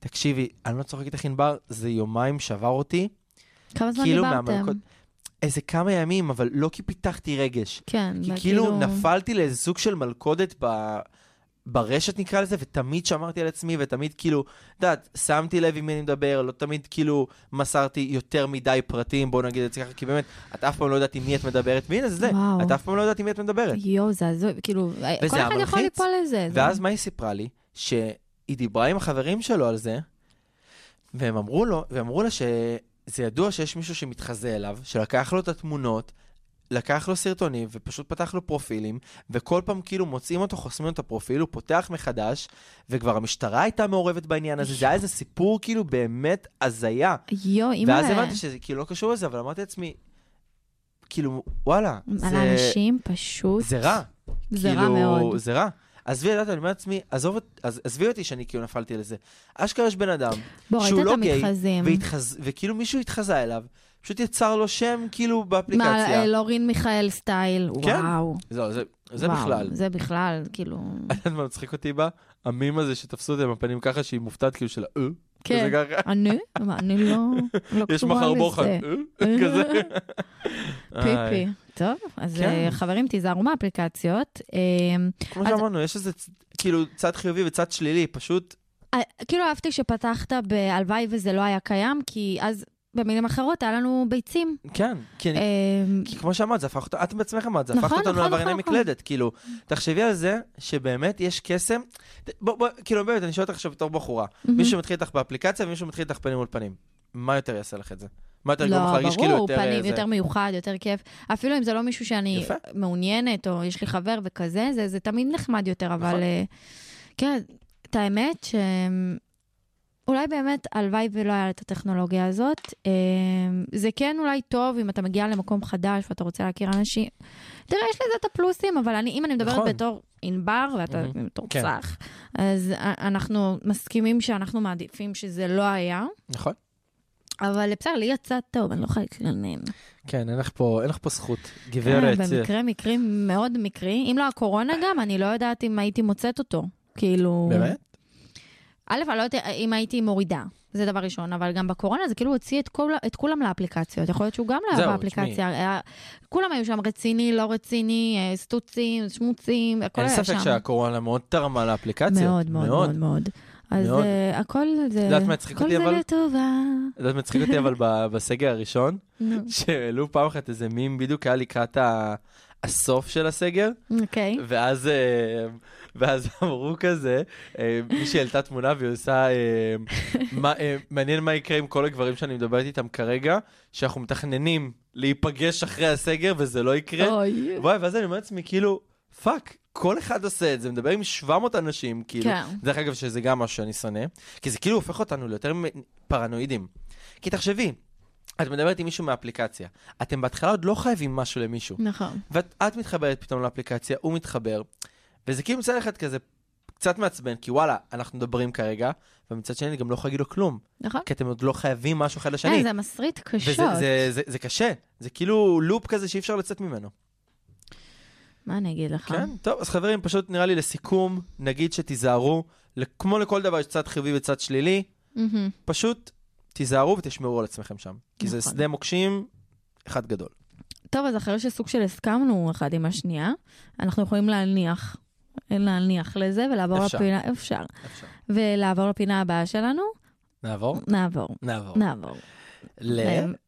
תקשיבי, אני לא צוחק איתך ענבר, זה יומיים שבר אותי.
כמה זמן
כאילו
דיברתם?
מהמלכות- איזה כמה ימים, אבל לא כי פיתחתי רגש.
כן,
כי
וכאילו-
כאילו נפלתי לאיזה סוג של מלכודת ב... ברשת נקרא לזה, ותמיד שמרתי על עצמי, ותמיד כאילו, את יודעת, שמתי לב עם מי אני מדבר, לא תמיד כאילו מסרתי יותר מדי פרטים, בואו נגיד את זה ככה, כי באמת, את אף פעם לא יודעת עם מי את מדברת, והנה זה זה,
וואו.
את אף פעם לא יודעת עם מי את מדברת.
יואו, זה הזוי, כאילו, כל
וזה
אחד יכול
המלחיץ.
ליפול לזה. זה-
ואז מה היא סיפרה לי? שהיא דיברה עם החברים שלו על זה, והם אמרו לו, והם אמרו לה שזה ידוע שיש מישהו שמתחזה אליו, שלקח לו את התמונות, לקח לו סרטונים ופשוט פתח לו פרופילים, וכל פעם כאילו מוצאים אותו, חוסמים לו את הפרופיל, הוא פותח מחדש, וכבר המשטרה הייתה מעורבת בעניין הזה, זה היה איזה סיפור כאילו באמת הזיה.
יואו, אימא.
ואז הבנתי שזה כאילו לא קשור לזה, אבל אמרתי לעצמי, כאילו, וואלה,
על
זה,
האנשים פשוט.
זה רע.
זה רע
כאילו,
מאוד.
זה רע. עזבי, יודעת, אני אומר לעצמי, עזוב אות- עז- עזבי אותי שאני כאילו נפלתי לזה. אשכרה יש בן אדם,
בוא, ראית
שהוא
את
לא גיי,
המתחזים.
והתחז... וכאילו מישהו התחזה אליו, פשוט יצר לו שם כאילו
מה,
באפליקציה.
אה, לורין מיכאל סטייל,
כן.
וואו.
לא, זה, זה
וואו,
בכלל. את
זה בכלל, כאילו...
יודעת מה מצחיק אותי בה? המים הזה שתפסו אותה עם הפנים ככה שהיא מופתעת כאילו של אה,
כן.
כזה ככה.
אני? מה, אני לא... לא
יש
קשורה
מחר
לזה.
בוחן, אה, כזה.
פיפי. טוב, אז
כן.
אה, חברים, תיזהרו מהאפליקציות. אה,
איי, כמו
אז-
שאמרנו, יש איזה צ- כאילו צד חיובי וצד שלילי, פשוט
אה, כאילו אהבתי שפתחת בהלוואי וזה לא היה קיים, כי אז במילים אחרות, היה לנו ביצים.
כן, כי אני...
אמ,
כי כמו שאמרת, זה הפך אותנו, את בעצמך אמרת, זה הפך
נכון,
אותנו
נכון,
לעברייני
נכון,
מקלדת, כאילו, תחשבי על זה שבאמת יש קסם, בוא, בוא, כאילו באמת, אני שואל אותך עכשיו בתור בחורה,
Mm-hmm.
מישהו מתחיל איתך באפליקציה ומישהו מתחיל איתך פנים מול פנים, מה יותר יעשה לך את זה? מה יותר יגרום לך
לא,
להרגיש כאילו
ברור,
יותר... אה,
פנים
זה?
יותר מיוחד, יותר כיף. אפילו אם זה לא מישהו שאני
יפה.
מעוניינת, או יש לי חבר וכזה, זה- זה תמיד נחמד יותר,
נכון.
אבל... אה, כן, את האמת ש... אולי באמת, הלוואי ולא היה את הטכנולוגיה הזאת. אה, זה כן אולי טוב אם אתה מגיע למקום חדש ואתה רוצה להכיר אנשים. תראה, יש לזה את הפלוסים, אבל אני, אם אני מדברת
נכון.
בתור ענבר ואתה
מהמם.
בתור
כן.
צח, אז אה, אנחנו מסכימים שאנחנו מעדיפים שזה לא היה.
נכון.
אבל בסדר, לי יצא טוב, אני לא יכולה להתלונן.
כן, אין לך פה, אין לך פה זכות,
אה,
גברת.
במקרה, מקרים מאוד מקרי. אם לא הקורונה גם, אני לא יודעת אם הייתי מוצאת אותו. כאילו...
באמת?
א', אני לא יודעת אם הייתי מורידה. זה דבר ראשון, אבל גם בקורונה זה כאילו הוציא את, כל, את כולם לאפליקציות. יכול להיות שהוא גם לא היה
זהו,
באפליקציה. היה, כולם היו שם רציני, לא רציני, אה, סטוצים, שמוצים, הכל
אין
היה שם.
ספק שהקורונה מאוד תרמה לאפליקציות.
מאוד, מאוד, מאוד, מאוד. אז
מאוד.
אה, הכל זה...
יודעת מה הצחיק אותי,
הכל
אבל?
זה לטובה.
את יודעת, מצחיק אותי, אבל ב- בסגר הראשון,
נו,
שהעלו פעם אחת איזה מים, בדיוק היה לקראת ה- הסוף של הסגר,
אוקיי.
ואז, אה, ואז אמרו כזה, אה, מישהי העלתה תמונה והיא עושה, אה, מה, אה, מעניין מה יקרה עם כל הגברים שאני מדברת איתם כרגע, שאנחנו מתכננים להיפגש אחרי הסגר וזה לא יקרה.
אוי.
וואי, ואז אני אומר לעצמי, כאילו, פאק, כל אחד עושה את זה, מדבר עם 700 אנשים, כאילו.
כן.
דרך אגב, שזה גם משהו שאני שונא, כי זה כאילו הופך אותנו ליותר מ- פרנואידים. כי תחשבי, את מדברת עם מישהו מהאפליקציה, אתם בהתחלה עוד לא חייבים משהו למישהו.
נכון.
ואת את מתחברת פתאום לאפליקציה, הוא מתחבר, וזה כאילו מצד אחד כזה קצת מעצבן, כי וואלה, אנחנו מדברים כרגע, ומצד שני אני גם לא יכול להגיד לו כלום,
נכון.
כי אתם עוד לא חייבים משהו אחד
אה,
לשני.
זה מסריט
וזה
קשות.
זה, זה, זה, זה קשה, זה כאילו לופ כזה שאי אפשר לצאת ממנו.
אה. מה אני אגיד לך?
כן, טוב, אז חברים, פשוט נראה לי לסיכום, נגיד שתיזהרו, לכ- כמו לכל דבר יש צד חיובי וצד שלילי,
מהמם.
פשוט תיזהרו ותשמרו על עצמכם שם, כי זה
נכון.
שדה מוקשים אחד גדול.
טוב, אז אחרי שסוג של הסכמנו אחד עם השנייה, אנחנו יכולים להניח, להניח לזה ולעבור
אפשר.
לפינה, אפשר, ולעבור לפינה הבאה שלנו,
נעבור?
נעבור,
נעבור.
נעבור.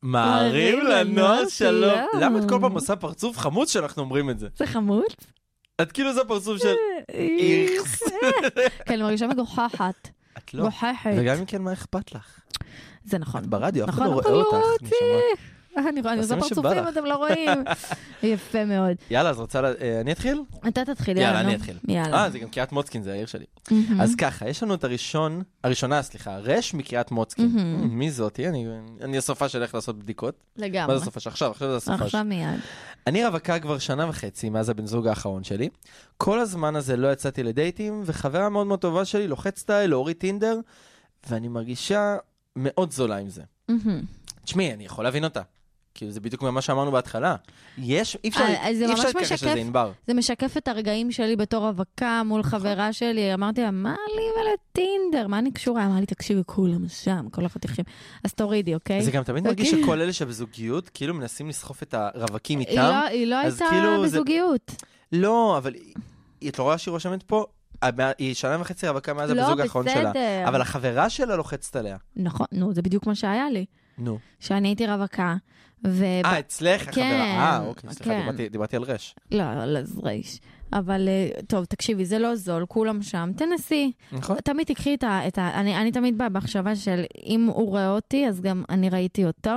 למערים לנוער שלום.
לא, שלום.
למה את כל פעם עושה פרצוף חמוץ שאנחנו אומרים את זה?
זה חמוד.
את כאילו עושה פרצוף של
אה.
איכס.
כן, אני מרגישה מגוחכת,
את לא.
גוחכת.
וגם אם כן, מה אכפת לך?
זה נכון.
את ברדיו, אף אחד
נכון,
לא
אף
רואה
אחד לא רואה
אותך.
אותי.
נשמה.
אני אני
תעשי
עושה
מה שבא
פרצופים,
לך.
אתם לא רואים. יפה מאוד.
יאללה, אז רוצה... לה- אה, אני אתחיל?
אתה תתחיל,
יאללה,
נו.
אני אתחיל.
יאללה. Mm-hmm.
אה, זה גם קריית מוצקין, זה העיר שלי.
מהמם.
אז ככה, יש לנו את הראשון, הראשונה, סליחה, רש מקריית מוצקין.
מהמם.
מי זאתי? אני- אני הסופה שהולך לעשות בדיקות.
לגמרי.
מה זה הסופה שעכשיו? עכשיו זה הסופה
עכשיו מיד.
אני רווקה כבר שנה וחצי מאז הבן זוג האחרון שלי. כל הזמן הזה לא יצאתי לדייטים, וחברה מאוד מאוד טובה שלי לוחצת עליי להוריד טינדר, ואני מרגישה מאוד זולה עם זה.
מהמם.
תשמעי, אני יכול להבין אותה. כאילו, זה בדיוק מה שאמרנו בהתחלה. יש, אי אפשר,
אה, אז זה
אי אפשר
ממש
להתכחש
משקף-
לזה, ענבר.
זה משקף את הרגעים שלי בתור רווקה
נכון.
מול חברה שלי. אמרתי לה, מה לי ולטינדר? מה אני קשורה? אמר לי, תקשיבי, כולם שם, כל החתיכים. אז תורידי, אוקיי?
זה גם תמיד מרגיש
אוקיי.
שכל אלה שבזוגיות, כאילו מנסים לסחוף את הרווקים
היא
איתם.
לא, היא לא
אז
הייתה
כאילו זה-
בזוגיות.
לא, אבל היא- את לא רואה שהיא רושמת פה? הבע- היא שנה וחצי רווקה מאז
לא,
הבן זוג אה, האחרון שלה.
בסדר.
אבל החברה שלה לוחצת עליה.
נכון, נו, זה בדיוק מה שהיה לי.
נו.
שאני הייתי רווקה, ו...
אה, אצלך, החברה. אה,
כן,
אוקיי, סליחה,
כן.
דיברתי- דיברתי על רש.
לא, לא, זה רייש. אבל אה, טוב, תקשיבי, זה לא זול, כולם שם, תנסי.
נכון.
תמיד תקחי את ה... את ה אני, אני תמיד באה במחשבה של אם הוא רואה אותי, אז גם אני ראיתי אותו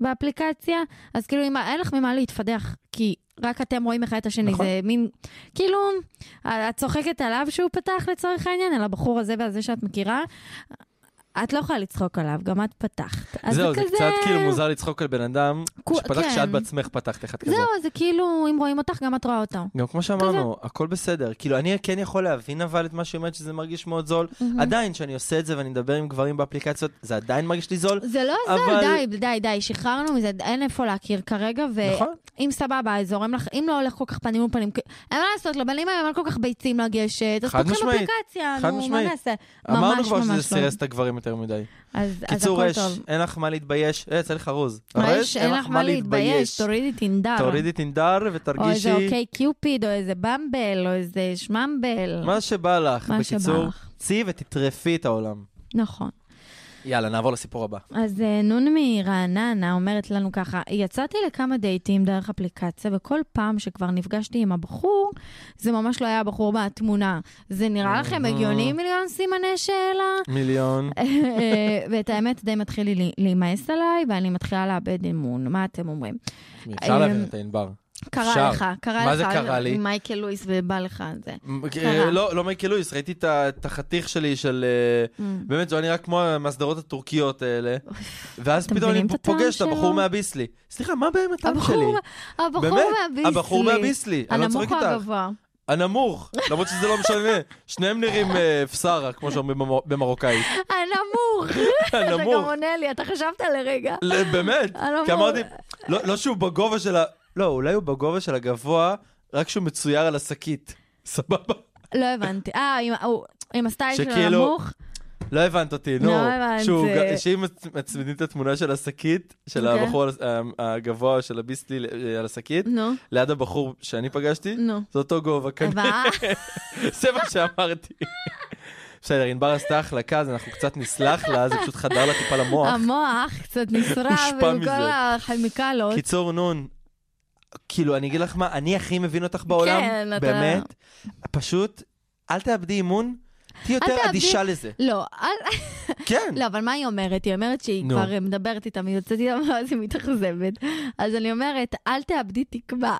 באפליקציה. אז כאילו, אם, אין לך ממה להתפדח, כי רק אתם רואים אחד את השני.
נכון.
זה מין, כאילו, את צוחקת עליו שהוא פתח לצורך העניין, על הבחור הזה והזה שאת מכירה. את לא יכולה לצחוק עליו, גם את פתחת. אז
זהו, זה
כזה-
קצת כאילו מוזר לצחוק על בן אדם
כו-
שפתח
כן.
כשאת בעצמך פתחת אחד כזה.
זהו, זה כאילו, אם רואים אותך, גם את רואה אותו.
גם כמו שאמרנו, הכל בסדר. כאילו, אני כן יכול להבין אבל את מה שהיא אומרת שזה מרגיש מאוד זול. עדיין, כשאני עושה את זה ואני מדבר עם גברים באפליקציות, זה עדיין מרגיש לי זול.
זה לא אבל...
אבל-
זול, די, די, די, שחררנו מזה, אין איפה להכיר כרגע, ואם
נכון?
סבבה, אז זורם לך, אם לא הולך כל כך פנים מול פנים, כי- אין מה לעשות, לבנים היום אין כל כך ביצים לגשת, אז
חד
פותחים
משמעית,
אפליקציה,
חד
נו,
משמעית.
מה נעשה?
אמרנו
ממש
כבר שזה
ממש לא.
סירס את הגברים יותר מדי.
אז, אז
קיצור,
הכל
רש,
טוב.
אין לך מה להתבייש. אה, יצא לך רוז.
רש, אין לך מה להתבייש, תורידי טינדר.
תורידי טינדר
או איזה
ותרגישי
אוקיי קיופיד, או איזה במבל, או איזה שממבל.
מה שבא לך.
מה שבא
בקיצור,
לך.
צאי ותטרפי את העולם.
נכון.
יאללה, נעבור לסיפור הבא.
אז אה, נון מרעננה אומרת לנו ככה, יצאתי לכמה דייטים דרך אפליקציה, וכל פעם שכבר נפגשתי עם הבחור, זה ממש לא היה הבחור בתמונה. זה
אה.
נראה לכם הגיוני מיליון סימני שאלה?
מיליון.
אה, ואת האמת, די מתחיל לי להימאס עליי, ואני מתחילה לאבד אמון. מה אתם אומרים?
אפשר
אה,
להבין את הענבר. אפשר.
קרה לך, קרה לך.
מה זה קרה לי?
מייקל לואיס ובא לך זה.
מ-
קרה.
לא, לא מייקל לואיס, ראיתי את ה- את החתיך שלי של... אה,
Mm.
באמת, זה היה נראה כמו המסדרות הטורקיות האלה. ואז
אתם
פתאום אני
מבינים את הטעם
פוגש את הבחור
שלו?
מהביסלי. סליחה, מה הבעיה עם הטעם
הבחור
שלי?
מה- הבחור
באמת,
מהביסלי.
הבחור מהביסלי, אני לא צוחק
הנמוך או
איתך.
הגבוה?
הנמוך, למרות שזה לא משנה. שניהם נראים אה, פסרה, כמו שאומרים במ- במרוקאית.
הנמוך. אתה גם
הנמוך.
עונה לי, אתה חשבת לרגע.
ל- באמת,
הנמוך.
כי אמרתי, לא לא שהוא בגובה של ה... לא, אולי הוא בגובה של הגבוה, רק שהוא מצויר על השקית. סבבה.
לא הבנתי. אה, עם- הוא- עם הסטייל של
שכאילו-
הנמוך?
לא הבנת אותי, נו.
לא הבנתי.
שהוא ג- שאם מצ- מצמידים את התמונה של השקית, של
אוקיי.
הבחור על הס- ה- הגבוה של הביסלי ל- על השקית,
נו,
ליד הבחור שאני פגשתי,
נו.
זה אותו גובה כנראה.
הבאה?
זה מה שאמרתי. בסדר, ענבר עשתה החלקה, אז אנחנו קצת נסלח לה, זה פשוט חדר לה טיפה למוח.
המוח קצת נשרף
הושפע
עם כל
מזה.
הכימיקלות.
קיצור, נון, כאילו, אני אגיד לך מה, אני הכי מבין אותך בעולם,
כן, אתה-
באמת. פשוט, אל תאבדי אימון, תהיי יותר
תאבדי-
אדישה לזה.
לא, אל-
כן.
לא, אבל מה היא אומרת? היא אומרת שהיא
נו.
כבר מדברת איתם, היא יוצאת איתם, ואז היא מתאכזבת. אז אני אומרת, אל תאבדי תקווה.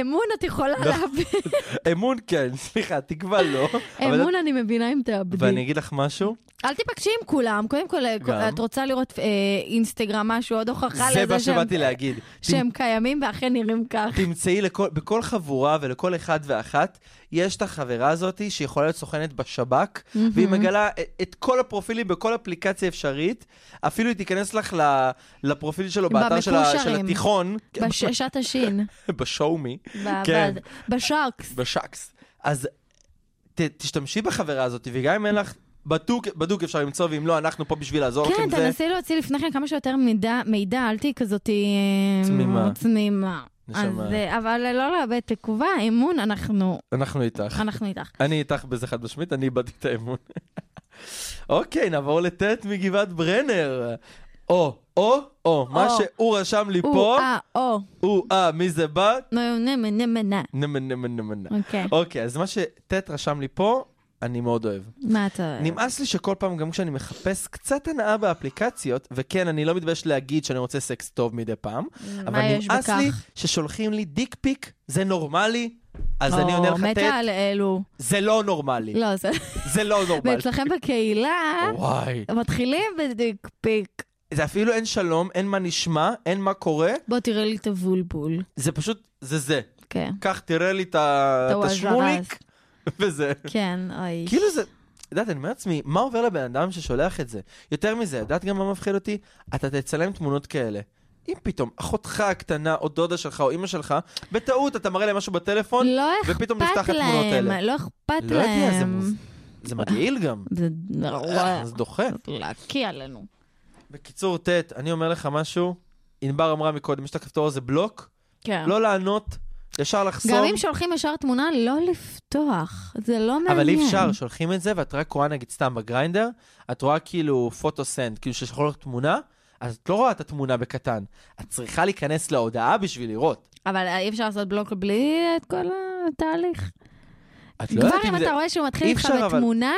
אמון את יכולה
נכון.
לאבד.
אמון כן, סליחה, תקווה לא. אבל-
אמון אני מבינה אם תאבדי.
ואני אגיד לך משהו,
אל תיפגשי עם כולם, קודם כל, אה,
גם.
את רוצה לראות אה, אינסטגרם משהו, עוד הוכחה
זה מה
לזה שהם-
שבאתי להגיד.
שהם קיימים ואכן נראים כך.
תמצאי לכל, בכל חבורה ולכל אחד ואחת, יש את החברה הזאת שיכולה להיות סוכנת בשב"כ,
Mm-hmm.
והיא מגלה א- את כל הפרופילים בכל אפליקציה אפשרית. אפילו היא תיכנס לך ל- לפרופיל שלו באתר של ה- של
במקושרים.
התיכון, כן,
בששת השין,
בשואומי,
ב-
כן.
ב- בשארקס.
בשקס. אז ת, תשתמשי בחברה הזאת, וגם אם אין לך, בדוק, בדוק אפשר למצוא, ואם לא, אנחנו פה בשביל לעזור לך
כן,
עם זה.
תנסי להוציא לפני כן כמה שיותר מידע, מידע, אל תהיי כזאת אה,
תמימה.
תמימה. אז,
נשמה.
אה, אבל לא לאבד תקווה, אמון, אנחנו
אנחנו איתך.
אנחנו איתך.
אני איתך בזה חד משמעית, אני איבדתי את האמון. אוקיי, נעבור לטט מגבעת ברנר. או, או, או, מה
או.
שהוא רשם לי
או,
פה,
אה, או,
הוא, אה, מי זה בא?
נו, נו, נו, נו, נו, נו.
נמנ, נמנ, נמנ.
אוקיי,
אוקיי, אז מה שטט רשם לי פה, אני מאוד אוהב.
מה אתה...
נמאס לי שכל פעם, גם כשאני מחפש קצת הנאה באפליקציות, וכן, אני לא מתבייש להגיד שאני רוצה סקס טוב מדי פעם, אבל
מה יש
נמאס לי
בכך?
ששולחים לי דיק פיק, זה נורמלי? אז
או,
אני עונה לך
מתה
טט,
על אלו.
זה לא נורמלי.
לא, זה...
זה לא נורמלי.
ואצלכם בקהילה
וואי.
מתחילים בדיק פיק.
זה אפילו אין שלום, אין מה נשמע, אין מה קורה,
בוא תראה לי את הבולבול.
זה פשוט, זה זה.
כן.
קח, תראה לי את ה-
את
אה, את השמוליק,
הווזרס.
וזה.
כן, אוי.
כאילו זה, את יודעת, אני אומר לעצמי, מה עובר לבן אדם ששולח את זה? יותר מזה, יודעת גם מה מפחיד אותי? אתה תצלם תמונות כאלה. אם פתאום אחותך הקטנה, או דודה שלך, או אימא שלך, בטעות אתה מראה להם משהו בטלפון,
לא
ופתאום
אכפת
נפתח התמונות האלה.
להם, לא אכפת
לא יודע, זה
להם.
מוז- זה מגעיל גם.
זה
אה,
נורא.
זה דוחה.
להקיא עלינו.
בקיצור, ט', אני אומר לך משהו, ענבר אמרה מקודם, יש את הכפתור הזה בלוק,
כן.
לא לענות, ישר לחסום.
גם אם שולחים ישר תמונה, לא לפתוח. זה לא מעניין.
אבל אי אפשר, שולחים את זה, ואת רק רואה נגיד סתם בגריינדר, את רואה כאילו פוטו סנד, כאילו ששלחו לך תמונה, אז את לא רואה את התמונה בקטן. את צריכה להיכנס להודעה בשביל לראות.
אבל אי אפשר לעשות בלוק בלי את כל התהליך.
את לא
כבר
יודעת
אם
אם זה...
אתה רואה שהוא מתחיל
אי
איתך
אפשר, אבל-
בתמונה,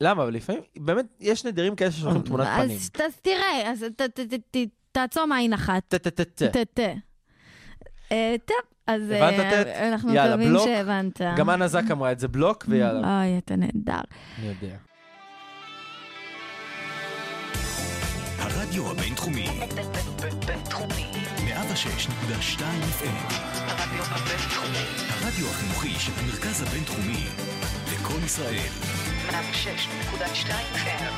למה? אבל לפעמים, באמת, יש נדירים כאלה ששולחים תמונת פנים.
אה, אז ת- אז תראה, אז ת- ת- ת- ת- תעצום עין אחת.
טה-טה-טה-טה.
ת-ת. אה, טוב, אז אה,
הבנת, טט?
אנחנו
יאללה,
מקווים
בלוק.
שהבנת. אה.
גם אנה זק אמרה את זה בלוק, ויאללה,
אוי, אתה נהדר.
אני יודע.
הרדיו הבינתחומי,
בינתחומי.
106.2 FM,
הרדיו הבינתחומי.
הרדיו החינוכי של המרכז הבינתחומי, לקום ישראל,
106.2 FM.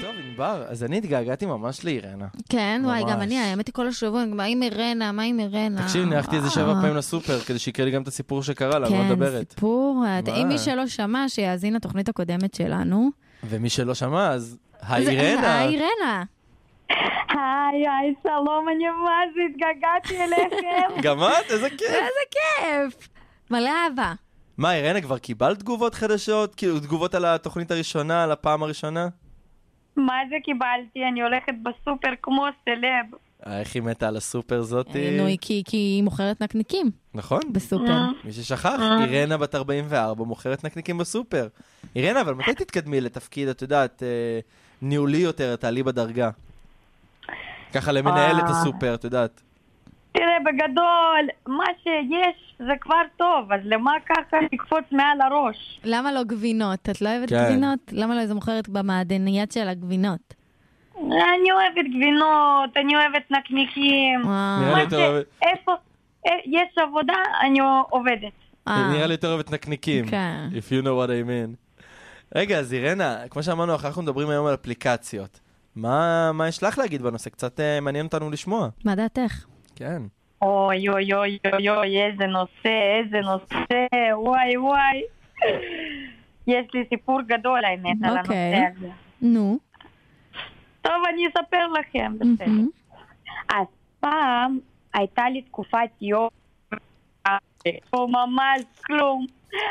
טוב, ענבר, אז אני התגעגעתי ממש לאירנה.
כן, וואי,
ממש.
גם אני, האמת היא כל השבוע, מה עם אירנה, מה עם אירנה?
תקשיב, נערכתי איזה שבע
וואו.
פעמים לסופר, כדי שיקרה לי גם את הסיפור שקרה לה, על מה
אה. כן,
לא מדברת.
סיפור. את-
וואי.
אם מי שלא שמע, שיאזין לתוכנית הקודמת שלנו. אה,
ומי שלא שמע, אז
זה-
האירנה.
האירנה.
היי, היי, שלום, אני ממש התגעגעתי אליכם.
גם את? איזה כיף.
איזה כיף! מלא אהבה.
מה, אירנה, כבר קיבלת תגובות חדשות? כאילו, תגובות על התוכנית הראשונה, על הפעם הראשונה?
מה זה קיבלתי? אני הולכת בסופר כמו סלב.
אה, איך היא מתה על הסופר זאתי?
אה, נו, היא- כי כי היא מוכרת נקניקים
נכון?
בסופר.
מי ששכח,
אה.
אירנה בת 44 מוכרת נקניקים בסופר. אירנה, אבל מתי תתקדמי לתפקיד, את יודעת, אה, ניהולי יותר, תעלי בדרגה? ככה למנהלת
אה.
הסופר, את יודעת.
תראה, בגדול, מה שיש זה כבר טוב, אז למה ככה לקפוץ מעל הראש?
למה לא גבינות? את לא אוהבת
כן.
גבינות? למה לא איזה מוכרת במעדניית של הגבינות?
אני אוהבת גבינות, אני אוהבת נקניקים.
וואו.
נראה
מה
לי יותר
ש-
אוהבת-
איפה, אה, יש עבודה, אני עובדת.
אה,
נראה לי יותר אוהבת נקניקים.
כן.
If you know what I mean. רגע, אז אירנה, כמו שאמרנו, אנחנו מדברים היום על אפליקציות. מה מה יש לך להגיד בנושא? קצת אה, מעניין אותנו לשמוע.
מה דעתך?
כן.
אוי אוי אוי אוי אוי, איזה נושא, איזה נושא, וואי וואי. יש לי סיפור גדול האמת על
אוקיי.
הנושא הזה.
נו.
טוב, אני אספר לכם, בסדר.
מהמם.
אז פעם הייתה לי תקופת יום, או ממש כלום.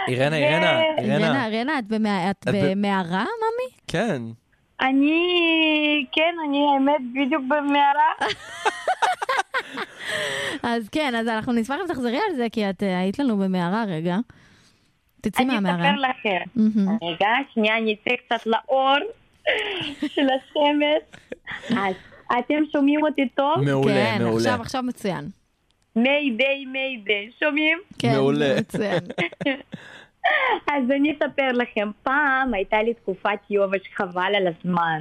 אירנה,
ו-
אירנה,
רנה,
אירנה.
רנה, את במע- את
את ב-
במערה, ממי?
כן.
אני, כן, אני האמת בדיוק במערה.
אז כן, אז אנחנו נשמח אם תחזרי על זה, כי את אה, היית לנו במערה רגע. תצאי
אני
מהמערה.
אספר לכם.
מהמם.
רגע, שנייה, אני אצא קצת לאור של השמש. אז אתם שומעים אותי טוב?
מעולה,
כן,
מעולה.
עכשיו, עכשיו מצוין.
מיידיי, מיידיי, שומעים?
כן,
מעולה.
מצוין.
אז אני אספר לכם, פעם הייתה לי תקופת יובש חבל על הזמן,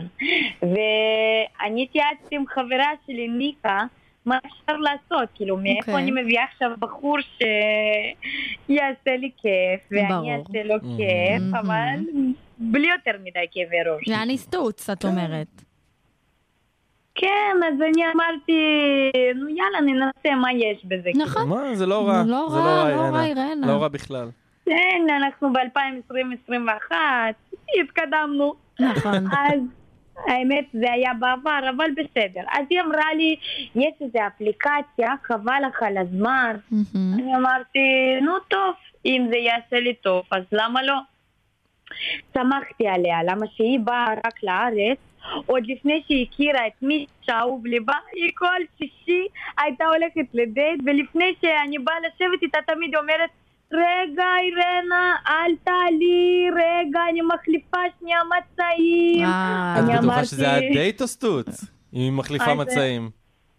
ואני התייעצתי עם חברה שלי, ניקה, מה אפשר לעשות, כאילו, מאיפה
אוקיי.
אני מביאה עכשיו בחור שיעשה לי כיף,
ברור.
ואני אעשה לו כיף,
Mhm.
אבל בלי יותר מדי כאבי ראש.
לאן הסטוץ, את אומרת.
כן, אז אני אמרתי, נו יאללה, ננסה מה יש בזה.
נכון.
מה, זה לא רע.
לא רע,
זה רע,
לא רע,
אירנה.
אירנה.
לא רע בכלל.
כן, אנחנו ב-2020-2021, התקדמנו.
נכון.
אז האמת זה היה בעבר, אבל בסדר. אז היא אמרה לי, יש איזו אפליקציה, חבל לך על הזמן.
מהמם.
אני אמרתי, נו טוב, אם זה יעשה לי טוב, אז למה לא? שמחתי עליה, למה שהיא באה רק לארץ, עוד לפני שהיא הכירה את מי שאהוב ליבה, היא כל שישי הייתה הולכת לדייט, ולפני שאני באה לשבת איתה תמיד היא אומרת, רגע, אירנה, אל תעלי, רגע, אני מחליפה שנייה מצעים.
וואו.
את
אני
בטוחה
אמרתי-
שזה היה דייט או סטוץ? היא מחליפה
אה,
אז זה-
מצעים.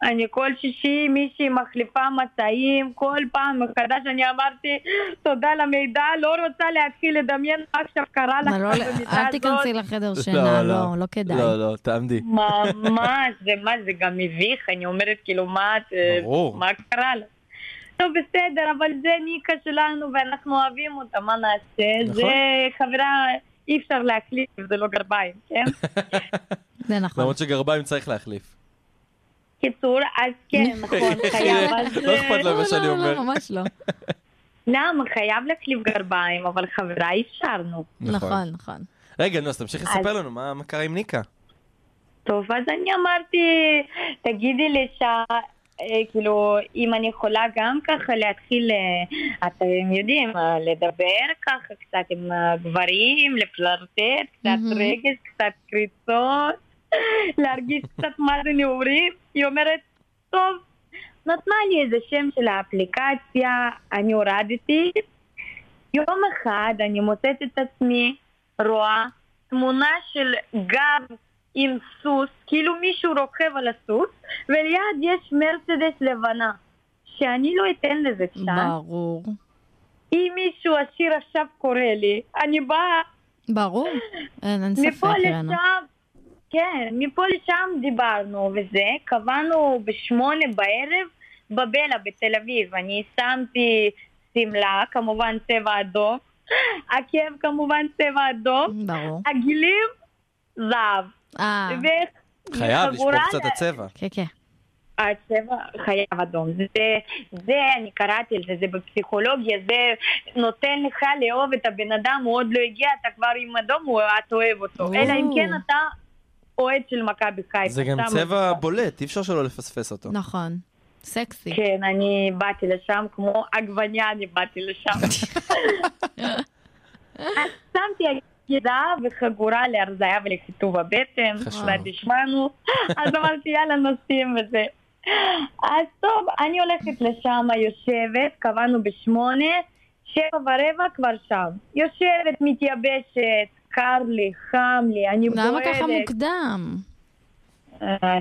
אני כל שישי מישהי מחליפה מצעים, כל פעם מחדש אני אמרתי תודה למידע, לא רוצה להתחיל לדמיין מה עכשיו קרה לך
לא, לא,
במיטה
אל תיכנסי
הזאת.
לחדר שינה, לא, לא כדאי.
לא, לא, תעמדי.
ממש, זה מה, זה גם מביך, אני אומרת כאילו מה את, אה,
ברור.
מה קרה לך? טוב בסדר, אבל זה ניקה שלנו ואנחנו אוהבים אותה, מה נעשה?
נכון.
זה חברה, אי אפשר להקליף, זה לא גרביים, כן?
זה נכון.
למרות שגרביים צריך להחליף.
קיצור, אז כן, נכון, חייב. אז, אה,
לא אכפת
לא,
לו מה שאני
לא,
אומר.
לא, ממש לא.
למה? חייב להקליף גרביים, אבל חברה אפשרנו.
נכון, נכון.
רגע, נו, אז תמשיכי לספר לנו, מה מה קרה עם ניקה?
טוב, אז אני אמרתי, תגידי לי שה... אה, כאילו, אם אני יכולה גם ככה להתחיל, אה, אתם יודעים, אה, לדבר ככה קצת עם אה, גברים, לפלרטט, קצת
מהמם.
רגש, קצת קריצות, להרגיש קצת מה זה נעורים. היא אומרת, טוב, נתנה לי איזה שם של האפליקציה, אני הורדתי. יום אחד אני מוצאת את עצמי רואה תמונה של גב עם סוס, כאילו מישהו רוכב על הסוס, וליד יש מרצדס לבנה. שאני לא אתן לזה צ'אנס.
ברור.
אם מישהו עשיר עכשיו קורא לי, אני באה
ברור. אין, אין ספק,
מפה
רנה.
לשם, כן, מפה לשם דיברנו וזה, קבענו בשמונה בערב בבלה בתל אביב. אני שמתי שמלה, כמובן צבע אדום, עקב כמובן צבע אדום,
ברור.
עגילים זהב.
Mm. אה,
ו-
חייב לשבור
וחגורה
קצת הצבע.
כן, כן.
הצבע חייב אדום. זה, זה, אני קראתי על זה, זה בפסיכולוגיה, זה נותן לך לאהוב את הבן אדם, הוא עוד לא הגיע, אתה כבר עם אדום, הוא- את אוהב
או.
אותו. אלא אם כן אתה אוהד של מכבי חיפה.
זה גם
אתה
צבע בולט, אי אפשר שלא לפספס אותו.
נכון. סקסי.
כן, אני באתי לשם כמו עגבניה, אני באתי לשם. אז שמתי בגידה וחגורה להרזיה ולכיתוב הבטן,
חשוב.
קצת השמענו, אז אמרתי יאללה נשים וזה. אז טוב, אני הולכת לשם, יושבת, קבענו בשמונה, שבע ורבע כבר שם. יושבת, מתייבשת, קר לי, חם לי, אני בועדת.
למה ככה מוקדם?
אה,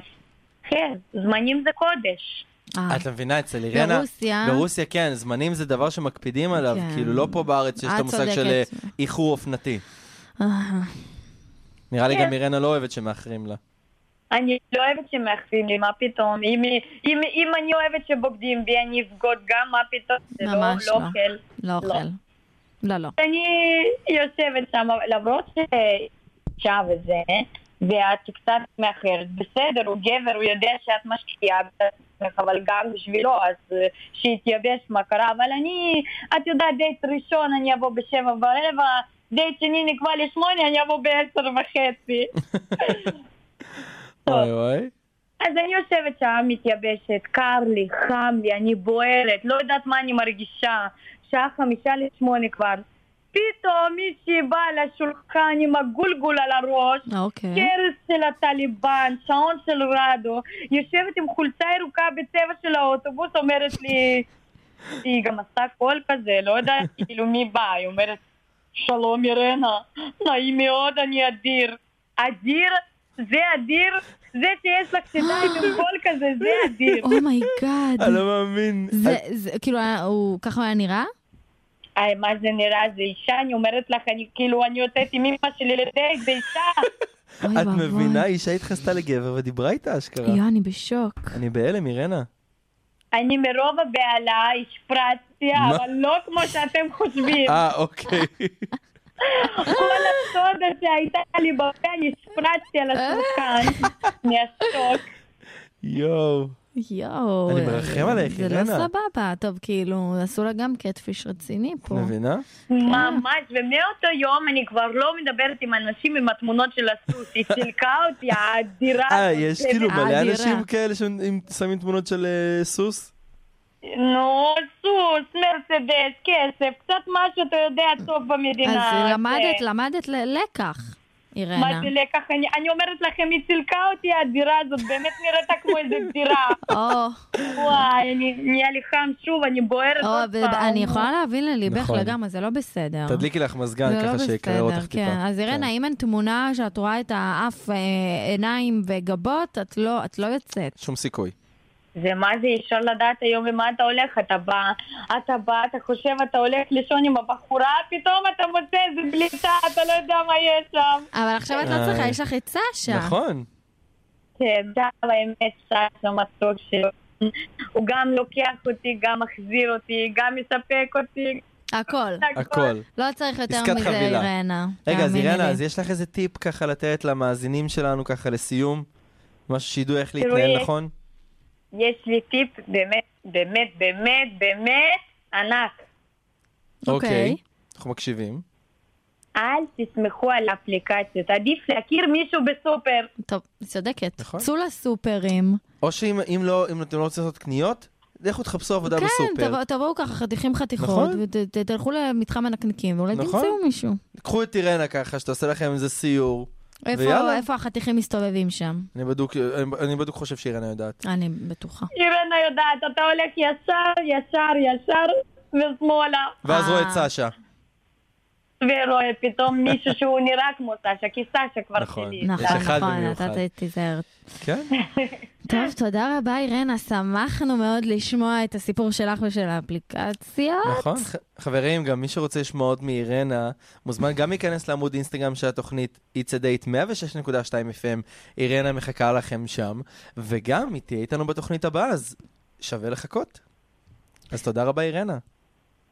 כן, זמנים זה קודש.
אה,
את מבינה, אצל אירנה...
ברוסיה.
ברוסיה, כן, זמנים זה דבר שמקפידים עליו,
כן.
כאילו לא פה בארץ שיש את
את
המושג של
צודקת.
אה, איחור אופנתי.
אה,
נראה לי
כן.
גם אירנה לא אוהבת שמאחרים לה.
אני לא אוהבת שמאכפים לי, מה פתאום? אם, אם, אם אני אוהבת שבוגדים בי, אני אבגוד גם, מה פתאום? זה
ממש
לא.
לא.
לא אוכל.
לא אוכל. לא, לא.
אני יושבת שם, למרות שאישה וזה, ואת קצת מאחרת, בסדר, הוא גבר, הוא יודע שאת משקיעה בעצמך, אבל גם בשבילו, אז אה, שיתייבש מה קרה, אבל אני, את יודעת, דייט ראשון אני אבוא בשבע ורבע, דייט שני נקבע לשמונה, אני אבוא בעשר וחצי. טוב.
אוי אוי.
אז אני יושבת שם, מתייבשת, קר לי, חם לי, אני בוערת, לא יודעת מה אני מרגישה. שעה חמישה לשמונה כבר. פתאום מישהי באה לשולחן עם הגולגול על הראש,
Mm-hmm.
אוקיי.
קרס של הטליבן, שעון של רדו, יושבת עם חולצה ירוקה בצבע של האוטובוס, אומרת לי... היא גם עשתה קול כזה, לא יודעת כאילו מי בא, היא אומרת, שלום ירנה, נעים מאוד, אני אדיר. אדיר? זה אדיר? זה שיש לך שיניים עם קול כזה, זה
Oh
אדיר.
אומייגאד.
אני לא מאמין.
זה, זה, כאילו, היה- הוא, ככה הוא היה נראה?
היי, "אה, מה זה נראה, זה אישה, אני אומרת לך, אני כאילו, אני יוצאת עם אמא שלי לדייק, זה אישה.
אוי
את
ואבוי.
מבינה, אישה התחסתה לגבר ודיברה איתה אשכרה.
יואו, אני בשוק.
אני בהלם, אירנה.
אני מרוב הבהלה השפרצתי,
מה?
אבל לא כמו שאתם
כן.
חושבים.
אה, אוקיי.
כל הסודה שהייתה לי בפה, אני השפרצתי על השולחן. מהשוק.
יואו.
יואו.
אני מרחם
אה,
עלייך,
זה לא
אירנה.
סבבה. טוב, כאילו, עשו לה גם קטפיש רציני
את
פה.
מבינה?
ממש, ומאותו יום אני כבר לא מדברת עם אנשים עם התמונות של הסוס. היא צילקה אותי, האדירה.
אה,
הזאת.
יש כאילו מלא
כן, אדירה.
אנשים כאלה ששמים תמונות של אה, סוס?
נו, סוס, מרצדס, כסף, קצת משהו אתה יודע טוב במדינה.
אז
זה-
למדת, למדת ל- לקח,
מה
אירנה.
זה לקח? אני- אני אומרת לכם, היא צילקה אותי, האדירה הזאת, באמת נראית כמו איזה גדירה.
או,
וואי, אני- נהיה לי חם שוב, אני בוערת
או,
עוד
ו-
פעם.
אני יכולה להבין לליבך
נכון.
לגמרי, זה לא בסדר.
תדליקי לך מזגן
זה
ככה
לא
שיקרר
בסדר,
אותך טיפה.
כן. אז אירנה, אם אין תמונה שאת רואה את האף, אה, עיניים וגבות, את לא- את לא יוצאת.
כן. שום סיכוי.
זה מה זה, אי אפשר לדעת היום במה אתה הולך, אתה בא, אתה בא, אתה חושב, אתה הולך לישון עם הבחורה, פתאום אתה מוצא איזה בליטה, אתה לא יודע מה יש שם.
אבל עכשיו את לא
איי.
צריכה, יש לך עצה שם.
אה. נכון.
כן, גם האמת, שש המסוק שלו. הוא גם לוקח אותי, גם מחזיר אותי, גם מספק אותי.
הכל.
הכל.
לא צריך יותר
עסקת
מזה,
חבילה.
אירנה.
רגע, אז
תאמיני
אירנה,
לי.
אז יש לך איזה טיפ ככה לתת למאזינים שלנו ככה לסיום? משהו שידעו איך להתנהל
תראי.
נכון?
יש לי טיפ באמת, באמת, באמת, באמת ענק.
אוקיי.
אנחנו מקשיבים.
אל תסמכו על אפליקציות, עדיף להכיר מישהו בסופר.
טוב, צודקת.
נכון.
צאו לסופרים.
או שאם אם לא, אם אתם לא רוצים לעשות קניות, לכו תחפשו עבודה
כן,
בסופר.
תבוא- תבואו ככה חתיכים חתיכות,
נכון.
ותלכו למתחם הנקניקים, ואולי
נכון.
תמצאו מישהו.
קחו את אירנה ככה, שתעשה לכם איזה סיור. ויאללה.
איפה- איפה החתיכים מסתובבים שם?
אני בדוק, אני בדוק חושב שאירנה יודעת.
אני בטוחה.
אירנה יודעת, אתה הולך ישר, ישר, ישר, ושמאלה,
ואז
אה.
רואה את סשה.
ורואה פתאום מישהו שהוא נראה כמו סשה, כי סשה כבר
נכון.
שלי.
יש
נכון,
אחד
נכון,
במיוחד.
אתה ת- תיזהר.
כן?
טוב, תודה רבה, אירנה. שמחנו מאוד לשמוע את הסיפור שלך ושל האפליקציה.
נכון. ח- חברים, גם מי שרוצה לשמוע עוד מאירנה, מוזמן גם להיכנס לעמוד אינסטגרם של התוכנית It's a Date 106.2 FM, אירנה מחכה לכם שם, וגם היא תהיה איתנו בתוכנית הבאה, אז שווה לחכות. אז תודה רבה, אירנה.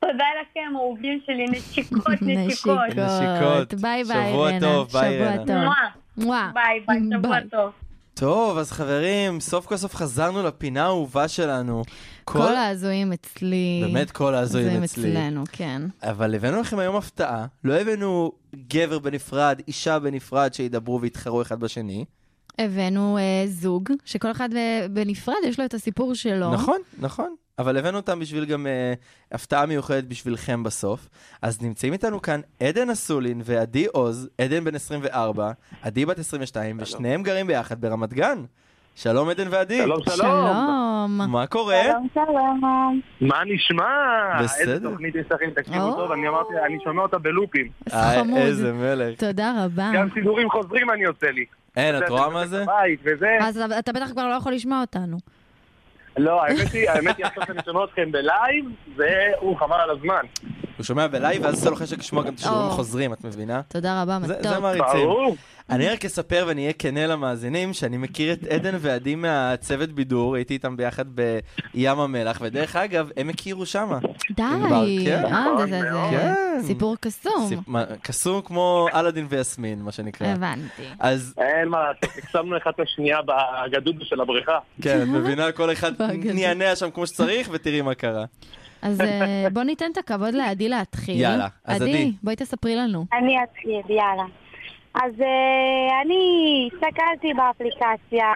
תודה לכם, אהובים שלי, נשיקות, נשיקות.
נשיקות.
ביי ביי,
שבוע
אירנה.
טוב, ביי, אירנה.
שבוע טוב.
מואה.
מואה.
ביי, ביי, שבוע
ביי.
טוב.
טוב, אז חברים, סוף כל סוף חזרנו לפינה האהובה שלנו.
כל ההזויים אצלי.
באמת כל ההזויים
הזויים
אצלי.
אצלנו, כן.
אבל הבאנו לכם היום הפתעה, לא הבאנו גבר בנפרד, אישה בנפרד שידברו ויתחרו אחד בשני.
הבאנו אה, זוג, שכל אחד ב- בנפרד אה, יש לו את הסיפור שלו.
נכון, נכון. אבל הבאנו אותם בשביל גם אה, הפתעה מיוחדת בשבילכם בסוף. אז נמצאים איתנו כאן עדן אסולין ועדי עוז, עדן בן 24, עדי בת 22, ושניהם גרים ביחד ברמת גן. שלום עדן ועדי.
שלום, שלום.
שלום.
מה קורה?
שלום, שלום.
מה נשמע?
בסדר.
איזה תוכנית יש לכם? תקשיבו
או.
טוב, אני אמרתי, אני שומע אותה בלופים.
אה,
אז חמוד.
איזה מלך.
תודה רבה.
גם סידורים חוזרים אני עושה לי.
אין, אה. את רואה מה זה?
בית וזה.
אז אתה- אתה בטח כבר לא יכול לשמוע אותנו.
לא, האמת היא, האמת היא, עכשיו שאני שומע אתכם בלייב, והוא חבל על הזמן.
הוא שומע בלייב, ואז עושה לו חשק לשמוע גם את השידורים
או.
חוזרים, את מבינה?
תודה רבה,
זה-
מתוק.
זה מעריצים.
ברור.
אני רק אספר ונהיה כנה למאזינים שאני מכיר את עדן ועדי מהצוות בידור, הייתי איתם ביחד בים המלח, ודרך אגב, הם הכירו שמה. ענבר,
די.
כן.
אה, זה- זה- זה-
כן.
סיפור קסום.
סיפ- מה- קסום כמו אלאדין ויסמין, מה שנקרא.
הבנתי.
אז
אין מה לעשות, הקסמנו אחד את השנייה בגדוד של הבריכה.
כן, את מבינה? כל אחד
בגדול.
נענע שם כמו שצריך, ותראי מה קרה.
אז אה, בוא ניתן את הכבוד לעדי להתחיל.
יאללה, אז עדי.
עדי, בואי תספרי לנו.
אני אתחיל, יאללה. אז אה, אני הסתכלתי באפליקציה,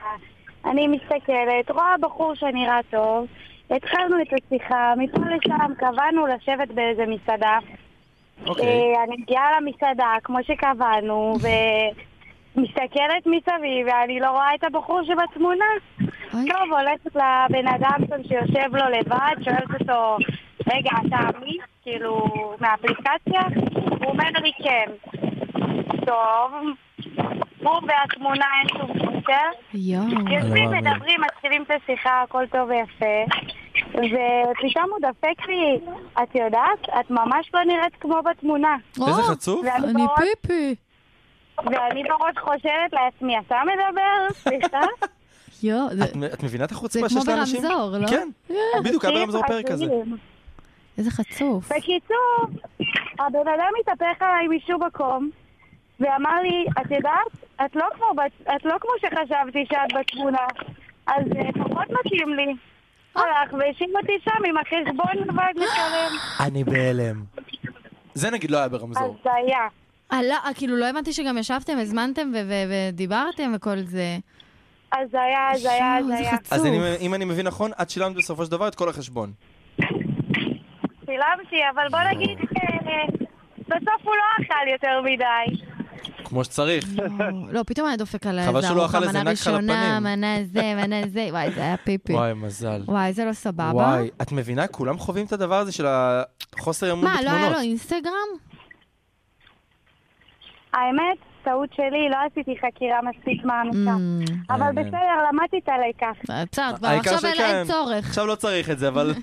אני מסתכלת, רואה בחור שנראה טוב, התחלנו את השיחה, מפה לשם קבענו לשבת באיזה מסעדה.
אוקיי.
אה, אני מגיעה למסעדה, כמו שקבענו, ומסתכלת מסביב, ואני לא רואה את הבחור שבתמונה.
אוי,
טוב, הולכת לבן אדם שם שיושב לו לבד, שואלת אותו, רגע, אתה עמית? כאילו, מהאפליקציה? הוא אומר לי כן. טוב, הוא והתמונה אין שום קשר.
אה, יואו.
יושבים,
לא מאמין.
מדברים, מתחילים את השיחה, הכל טוב ויפה. ופתאום הוא דפק לי, את יודעת, את ממש לא נראית כמו בתמונה.
איזה
או,
חצוף.
ואני
אני
בראש-
פיפי.
ואני בראש חושבת לעצמי, אתה מדבר? סליחה?
יואו, זה-
את מ- את מבינה את
זה
החוצפה
כמו
שיש לאנשים?
ברמזור, לא?
כן, בדיוק, היה ברמזור לא פרק הזה.
הזויים.
איזה חצוף.
בקיצור, הבן אדם התהפך עליי משום מקום, ואמר לי, את יודעת, את לא כמו, בת- את לא כמו שחשבתי שאת בתמונה, אז אה, פחות מתאים לי.
אה.
הלך והאשים אותי שם עם החשבון לבד לשלם.
אני בהלם. זה נגיד לא היה ברמזור.
אז היה.
אה, לא, אה, כאילו לא הבנתי שגם ישבתם, הזמנתם ו- ו- ודיברתם וכל זה.
אז היה, אז היה, אז
יואו, איזה
היה.
חצוף.
אז אני- אם אני מבין נכון, את שילמת בסופו של דבר את כל החשבון.
צילמתי, אבל בוא נגיד, אה, בסוף הוא לא אכל יותר מדי.
כמו שצריך.
יואו. לא, פתאום היה דופק על
חבל
איזה
שהוא לא אכל
ארוחה,
איזה
מנה
נק חלפנים.
ראשונה, מנה זה, מנה זה, וואי, זה היה פיפי.
וואי, מזל.
וואי, זה לא סבבה.
וואי, את מבינה? כולם חווים את הדבר הזה של החוסר אמון
מה, לא היה לו
בתמונות.
אינסטגרם?
האמת, טעות שלי, לא עשיתי חקירה מספיק מעמיקה.
Mm,
אבל בסדר, למדתי את הלקח.
בסדר, כבר
העיקר
עכשיו אין-
שכן.
אין צורך.
עכשיו לא צריך את זה, אבל...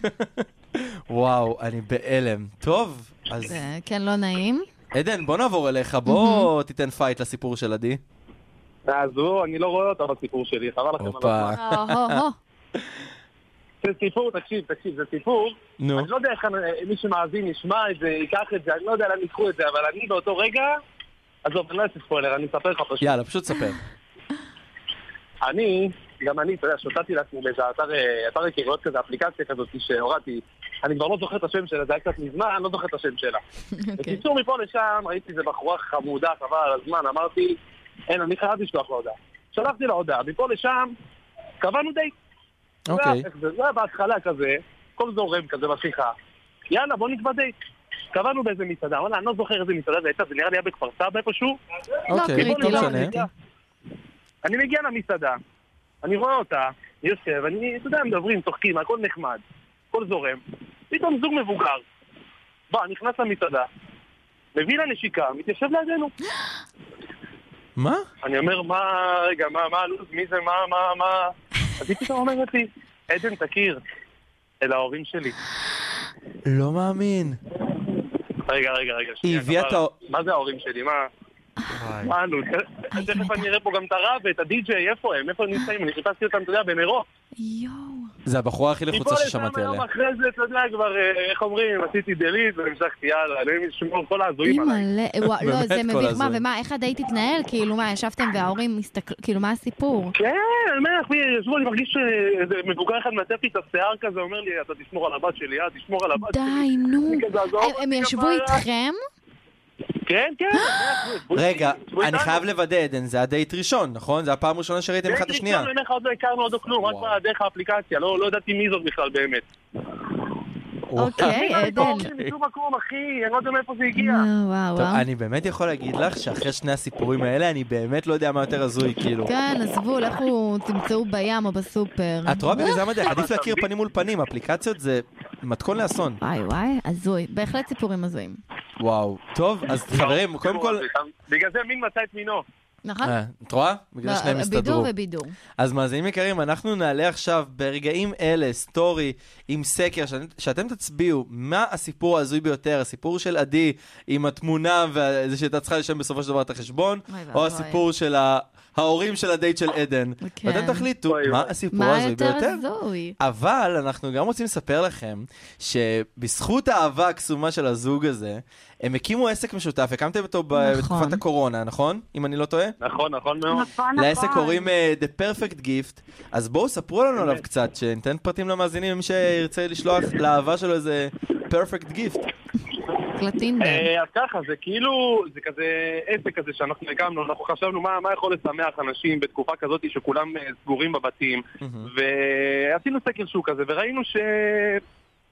וואו, אני בהלם. טוב, אז
זה כן לא נעים.
עדן, בוא נעבור אליך, בוא תיתן פייט לסיפור של עדי.
תעזבו, אני לא רואה אותה בסיפור שלי, חבל לכם על
הופה.
הזמן.
או-הו-הו.
זה סיפור, תקשיב, תקשיב, זה סיפור.
נו,
אני לא יודע איך אני- מי שמאזין ישמע את זה, ייקח את זה, אני לא יודע לאן ייקחו את זה, אבל אני באותו רגע... עזוב, אני לא אעשה ספוילר, אני אספר לך פשוט.
יאללה, פשוט ספר.
אני, גם אני, אתה יודע, שוטטתי לעצמי באיזה אתר, אה, אתר היכרויות כזה, אפליקציה כזאת שהורדתי, אני כבר לא זוכר את השם שלה, זה היה קצת מזמן, אני לא זוכר את השם שלה.
אוקיי.
בקיצור, מפה לשם ראיתי איזה בחורה חמודה, חבל על הזמן, אמרתי, אין, אני חייב לשלוח לה הודעה. שלחתי לה הודעה, מפה לשם קבענו דייט. לא,
אוקיי.
זה היה- זה היה בהתחלה כזה, כל זורם כזה בשיחה. יאללה, בוא נקבע דייט. קבענו באיזה מסעדה, וואלה, אני לא זוכר איזה מסעדה זה הייתה, זה נראה לי היה בכפר סבא איפשהו.
אוקיי,
קריטי,
לא
בוא
משנה.
נראה. אני מגיע למסעדה, אני רואה אותה, אני יושב, אני, אתה יודע, מדברים, צוחקים, הכל נחמד, הכל זורם. פתאום זוג מבוגר, בא, נכנס למסעדה, מביא לה נשיקה, מתיישב לידינו.
מה?
אני אומר, מה, רגע, מה, מה הלו"ז, מי זה, מה, מה, מה... אז היא פתאום אומרת לי, עדן, תכיר, אלה ההורים שלי.
לא מאמין.
רגע, רגע, רגע,
היא
שנייה.
הביאה את
כן, אבל- מה זה ההורים שלי? מה? מה הלו"ז?
היי,
תכף
מתה.
אני אראה פה גם את הרב ואת הדי-ג'יי, איפה הם? איפה הם נמצאים? אני חיפשתי אותם, אתה יודע, במרוק.
יואו.
זה הבחורה הכי לחוצה ששמעתי
מפה לשם היום
עליה.
אחרי זה, אתה יודע, כבר, אה, איך אומרים, עשיתי דליט והמשכתי הלאה, אלוהים ישמור כל ההזויים עליי.
אימא'לה, וואו, לא,
באמת
זה
כל
מביך. מה,
הזוי.
ומה, איך הדייט התנהל? כאילו, מה, ישבתם וההורים הסתכלו, כאילו, מה הסיפור?
כן, אני אומר לך, מי, ישבו, אני מרגיש שאיזה מבוגר אחד מנתף לי את השיער כזה, אומר לי, אתה תשמור על הבת שלי, אה, תשמור על הבת שלי.
די, נו.
אני כזה, "עזוב
הם-
אותי,
הם ישבו
כפרה."
איתכם?
כן, כן. מאה אחוז. בואי-
רגע,
בואי
אני
איתנו.
חייב לוודא, עדן, זה הדייט ראשון, נכון? זה הפעם הראשונה שראיתם אחד את
דייט
השנייה.
ראשון, אני אומר לך, עוד לא הכרנו עוד לא כלום, רק
וואו.
דרך האפליקציה, לא לא ידעתי מי זאת בכלל באמת.
אוקיי, עדן.
אוקיי, משום מקום, אחי, אני לא יודע מאיפה זה הגיע.
וואו, וואו,
טוב,
וואו.
אני באמת יכול להגיד לך שאחרי שני הסיפורים האלה, אני באמת לא יודע מה יותר הזוי, כאילו.
כן, עזבו, לכו תמצאו בים או בסופר.
את רואה במיזם הדרך, עדיף
אבל
להכיר
תמיד-
פנים מול פנים, אפליקציות זה מתכון לאסון.
וואי וואי, הזוי. בהחלט סיפורים הזויים.
וואו. טוב, אז חברים, קודם כל...
בגלל זה מין מצא את מינו.
נכון?
אה, את רואה? בגלל
לא,
שניהם הסתדרו.
בידור ובידור.
אז מאזינים יקרים, אנחנו נעלה עכשיו ברגעים אלה סטורי עם סקר, שאת- שאתם תצביעו מה הסיפור ההזוי ביותר, הסיפור של עדי עם התמונה וזה שהייתה צריכה לשלם בסופו של דבר את החשבון,
אוי ואבוי.
או הסיפור של ה- ההורים של הדייט של עדן.
כן.
ואתם תחליטו
אוי
מה
אוי.
הסיפור
מה
ההזוי
יותר
ביותר.
הזוי?
אבל אנחנו גם רוצים לספר לכם שבזכות האהבה הקסומה של הזוג הזה, הם הקימו עסק משותף, הקמתם אותו ב-
נכון.
בתקופת הקורונה, נכון? אם אני לא טועה?
נכון, נכון מאוד.
נכון,
לעסק קוראים אה, The Perfect Gift, אז בואו ספרו לנו עליו קצת, שניתן פרטים למאזינים, מי שירצה לשלוח לאהבה שלו איזה Perfect Gift.
קלטינדר.
אה, אז ככה, זה כאילו, זה כזה עסק כזה שאנחנו הקמנו, אנחנו חשבנו מה מה יכול לשמח אנשים בתקופה כזאת שכולם אה, סגורים בבתים, ועשינו סקר שוק כזה, וראינו ש...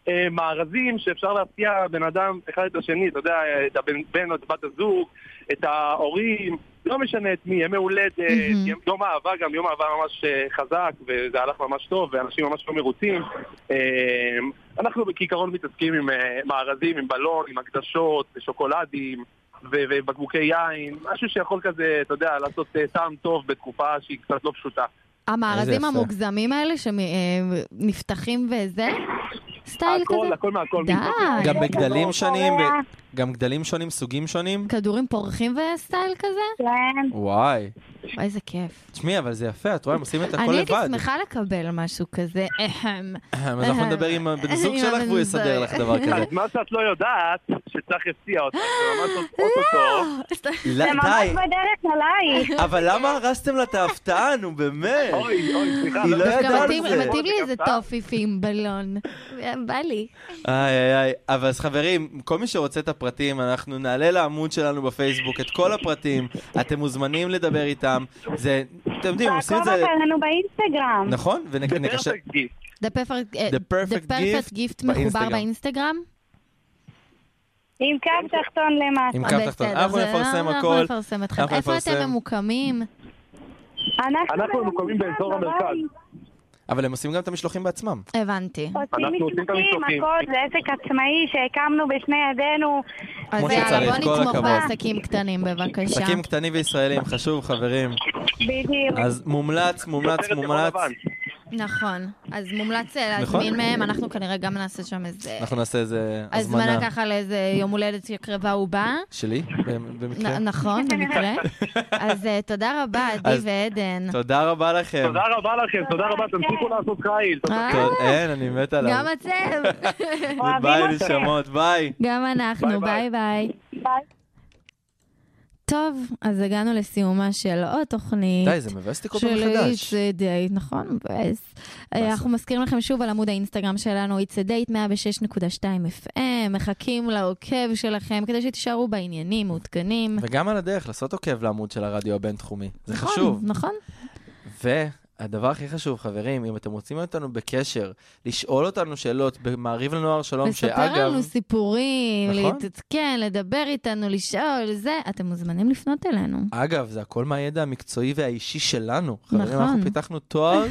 אה, מארזים שאפשר להפתיע בן אדם אחד את השני, אתה יודע, את הבן בן או את בת הזוג, את ההורים, לא משנה את מי, ימי הולדת,
מהמם.
יום- יום אהבה גם, יום אהבה ממש אה, חזק, וזה הלך ממש טוב, ואנשים ממש לא מרוצים. אה, אנחנו כעיקרון מתעסקים עם אה, מארזים, עם בלון, עם הקדשות, שוקולדים. ו- ובקבוקי יין, משהו שיכול כזה, אתה יודע, לעשות אה, טעם טוב בתקופה שהיא קצת לא פשוטה.
איזה
המארזים
יפה.
המוגזמים האלה שנפתחים וזה? סטייל
הכל,
אה, כזה?
הכל מהכל.
די. לא
גם בגדלים שונים, ב- גם גדלים שונים, סוגים שונים.
כדורים פורחים וסטייל כזה?
כן,
וואי.
וואי, איזה כיף.
תשמעי, אבל זה יפה, את רואה, הם עושים את הכל
אני הייתי
לבד.
שמחה לקבל משהו כזה. אהם.
אז אנחנו נדבר עם הבן זוג
עם
שלך
הבן
והוא יסדר
זוג.
לך דבר כזה.
אז מה שאת לא יודעת, שצריך הפתיע אותך, זה
אה.
ממש אוטוטו.
לא,
זה ממש
די,
בדרך עלייך.
אבל למה הרסתם לה את ההפתעה, נו באמת?
אוי, אוי, סליחה.
היא לא
זה-
ידעה
דווקא
על
מתאים
זה.
מתאים לי איזה טופיפי עם בלון. בא לי.
איי איי איי, אבל אז חברים, כל מי שרוצה את הפרטים, אנחנו נעלה לעמוד שלנו בפייסבוק את כל הפרטים, אתם מוזמנים לדבר איתם, זה, אתם יודעים, עושים את
תעקוב
זה,
אחרינו באינסטגרם.
נכון?
זה לא
ונקשר,
perfect gift.
The perfect, אה,
The perfect
the perfect gift מחובר
באינסטגרם.
באינסטגרם?
עם קו תחתון למטה.
עם קו
בסדר,
תחתון, אנחנו
זה-
נפרסם
אנחנו
הכל,
נפרסם אתכם.
אנחנו
איפה אתם
נפרסם.
ממוקמים?
אנחנו ממוקמים באזור המרכז.
אבל הם עושים גם את המשלוחים בעצמם.
הבנתי.
אנחנו
עושים
עושים את
משלוחים,
המשלוחים.
הכל, זה עסק עצמאי שהקמנו בשני ידינו.
אז
כמו
יאללה,
שצריך,
בוא
כל
נתמוך
הכבוד.
בעסקים קטנים בבקשה.
עסקים קטנים וישראלים, חשוב חברים.
בדיוק.
אז מומלץ, מומלץ,
סרט
מומלץ.
כחול לבן.
נכון. אז מומלץ אה,
נכון.
להזמין מהם, אנחנו כנראה גם נעשה שם איזה...
אנחנו נעשה איזה
הזמנה
הזמנה.
ככה לאיזה יום הולדת שקרבה הוא בא.
שלי, במ- במקרה.
נ- נכון, במקרה. אז אה, תודה רבה, עדי
אוקיי. אז-
ועדן.
תודה רבה לכם.
תודה רבה לכם, תודה רבה, תמשיכו לעשות חיל. תודה.
אה,
תודה. אין, אני מת עליו.
גם אתם.
אוהבים
ביי
אתכם.
נשמות, ביי.
גם אנחנו,
ביי,
ביי
ביי.
ביי.
ביי.
טוב, אז הגענו לסיומה של עוד תוכנית.
די, זה מבאס אותי כל פעם
של
מחדש.
It's a Date, נכון? מבאס. אה, אנחנו מזכירים לכם שוב על עמוד האינסטגרם שלנו, It's a Date 106.2 FM, מחכים לעוקב שלכם כדי שתישארו בעניינים, מעודכנים.
וגם על הדרך, לעשות עוקב לעמוד של הרדיו הבינתחומי. זה
נכון,
חשוב.
נכון?
והדבר הכי חשוב, חברים, אם אתם רוצים להיות איתנו בקשר, לשאול אותנו שאלות במעריב לנוער שלום,
לספר
שאגב...
לנו סיפורים,
נכון.
להתעדכן, לדבר איתנו, לשאול, זה, אתם מוזמנים לפנות אלינו.
אגב, זה הכל מהידע המקצועי והאישי שלנו. חברים,
נכון.
אנחנו פיתחנו תואר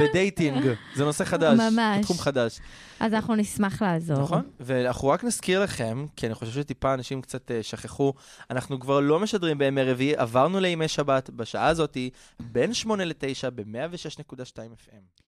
בדייטינג. זה נושא חדש.
ממש.
זה תחום חדש.
אז אנחנו נשמח לעזור.
נכון? ואנחנו רק נזכיר לכם, כי אני חושב שטיפה אנשים קצת אה, שכחו, אנחנו כבר לא משדרים בימי רביעי, עברנו לימי שבת, בשעה הזאתי, בין 8 ל-9 ב-106.2 FM.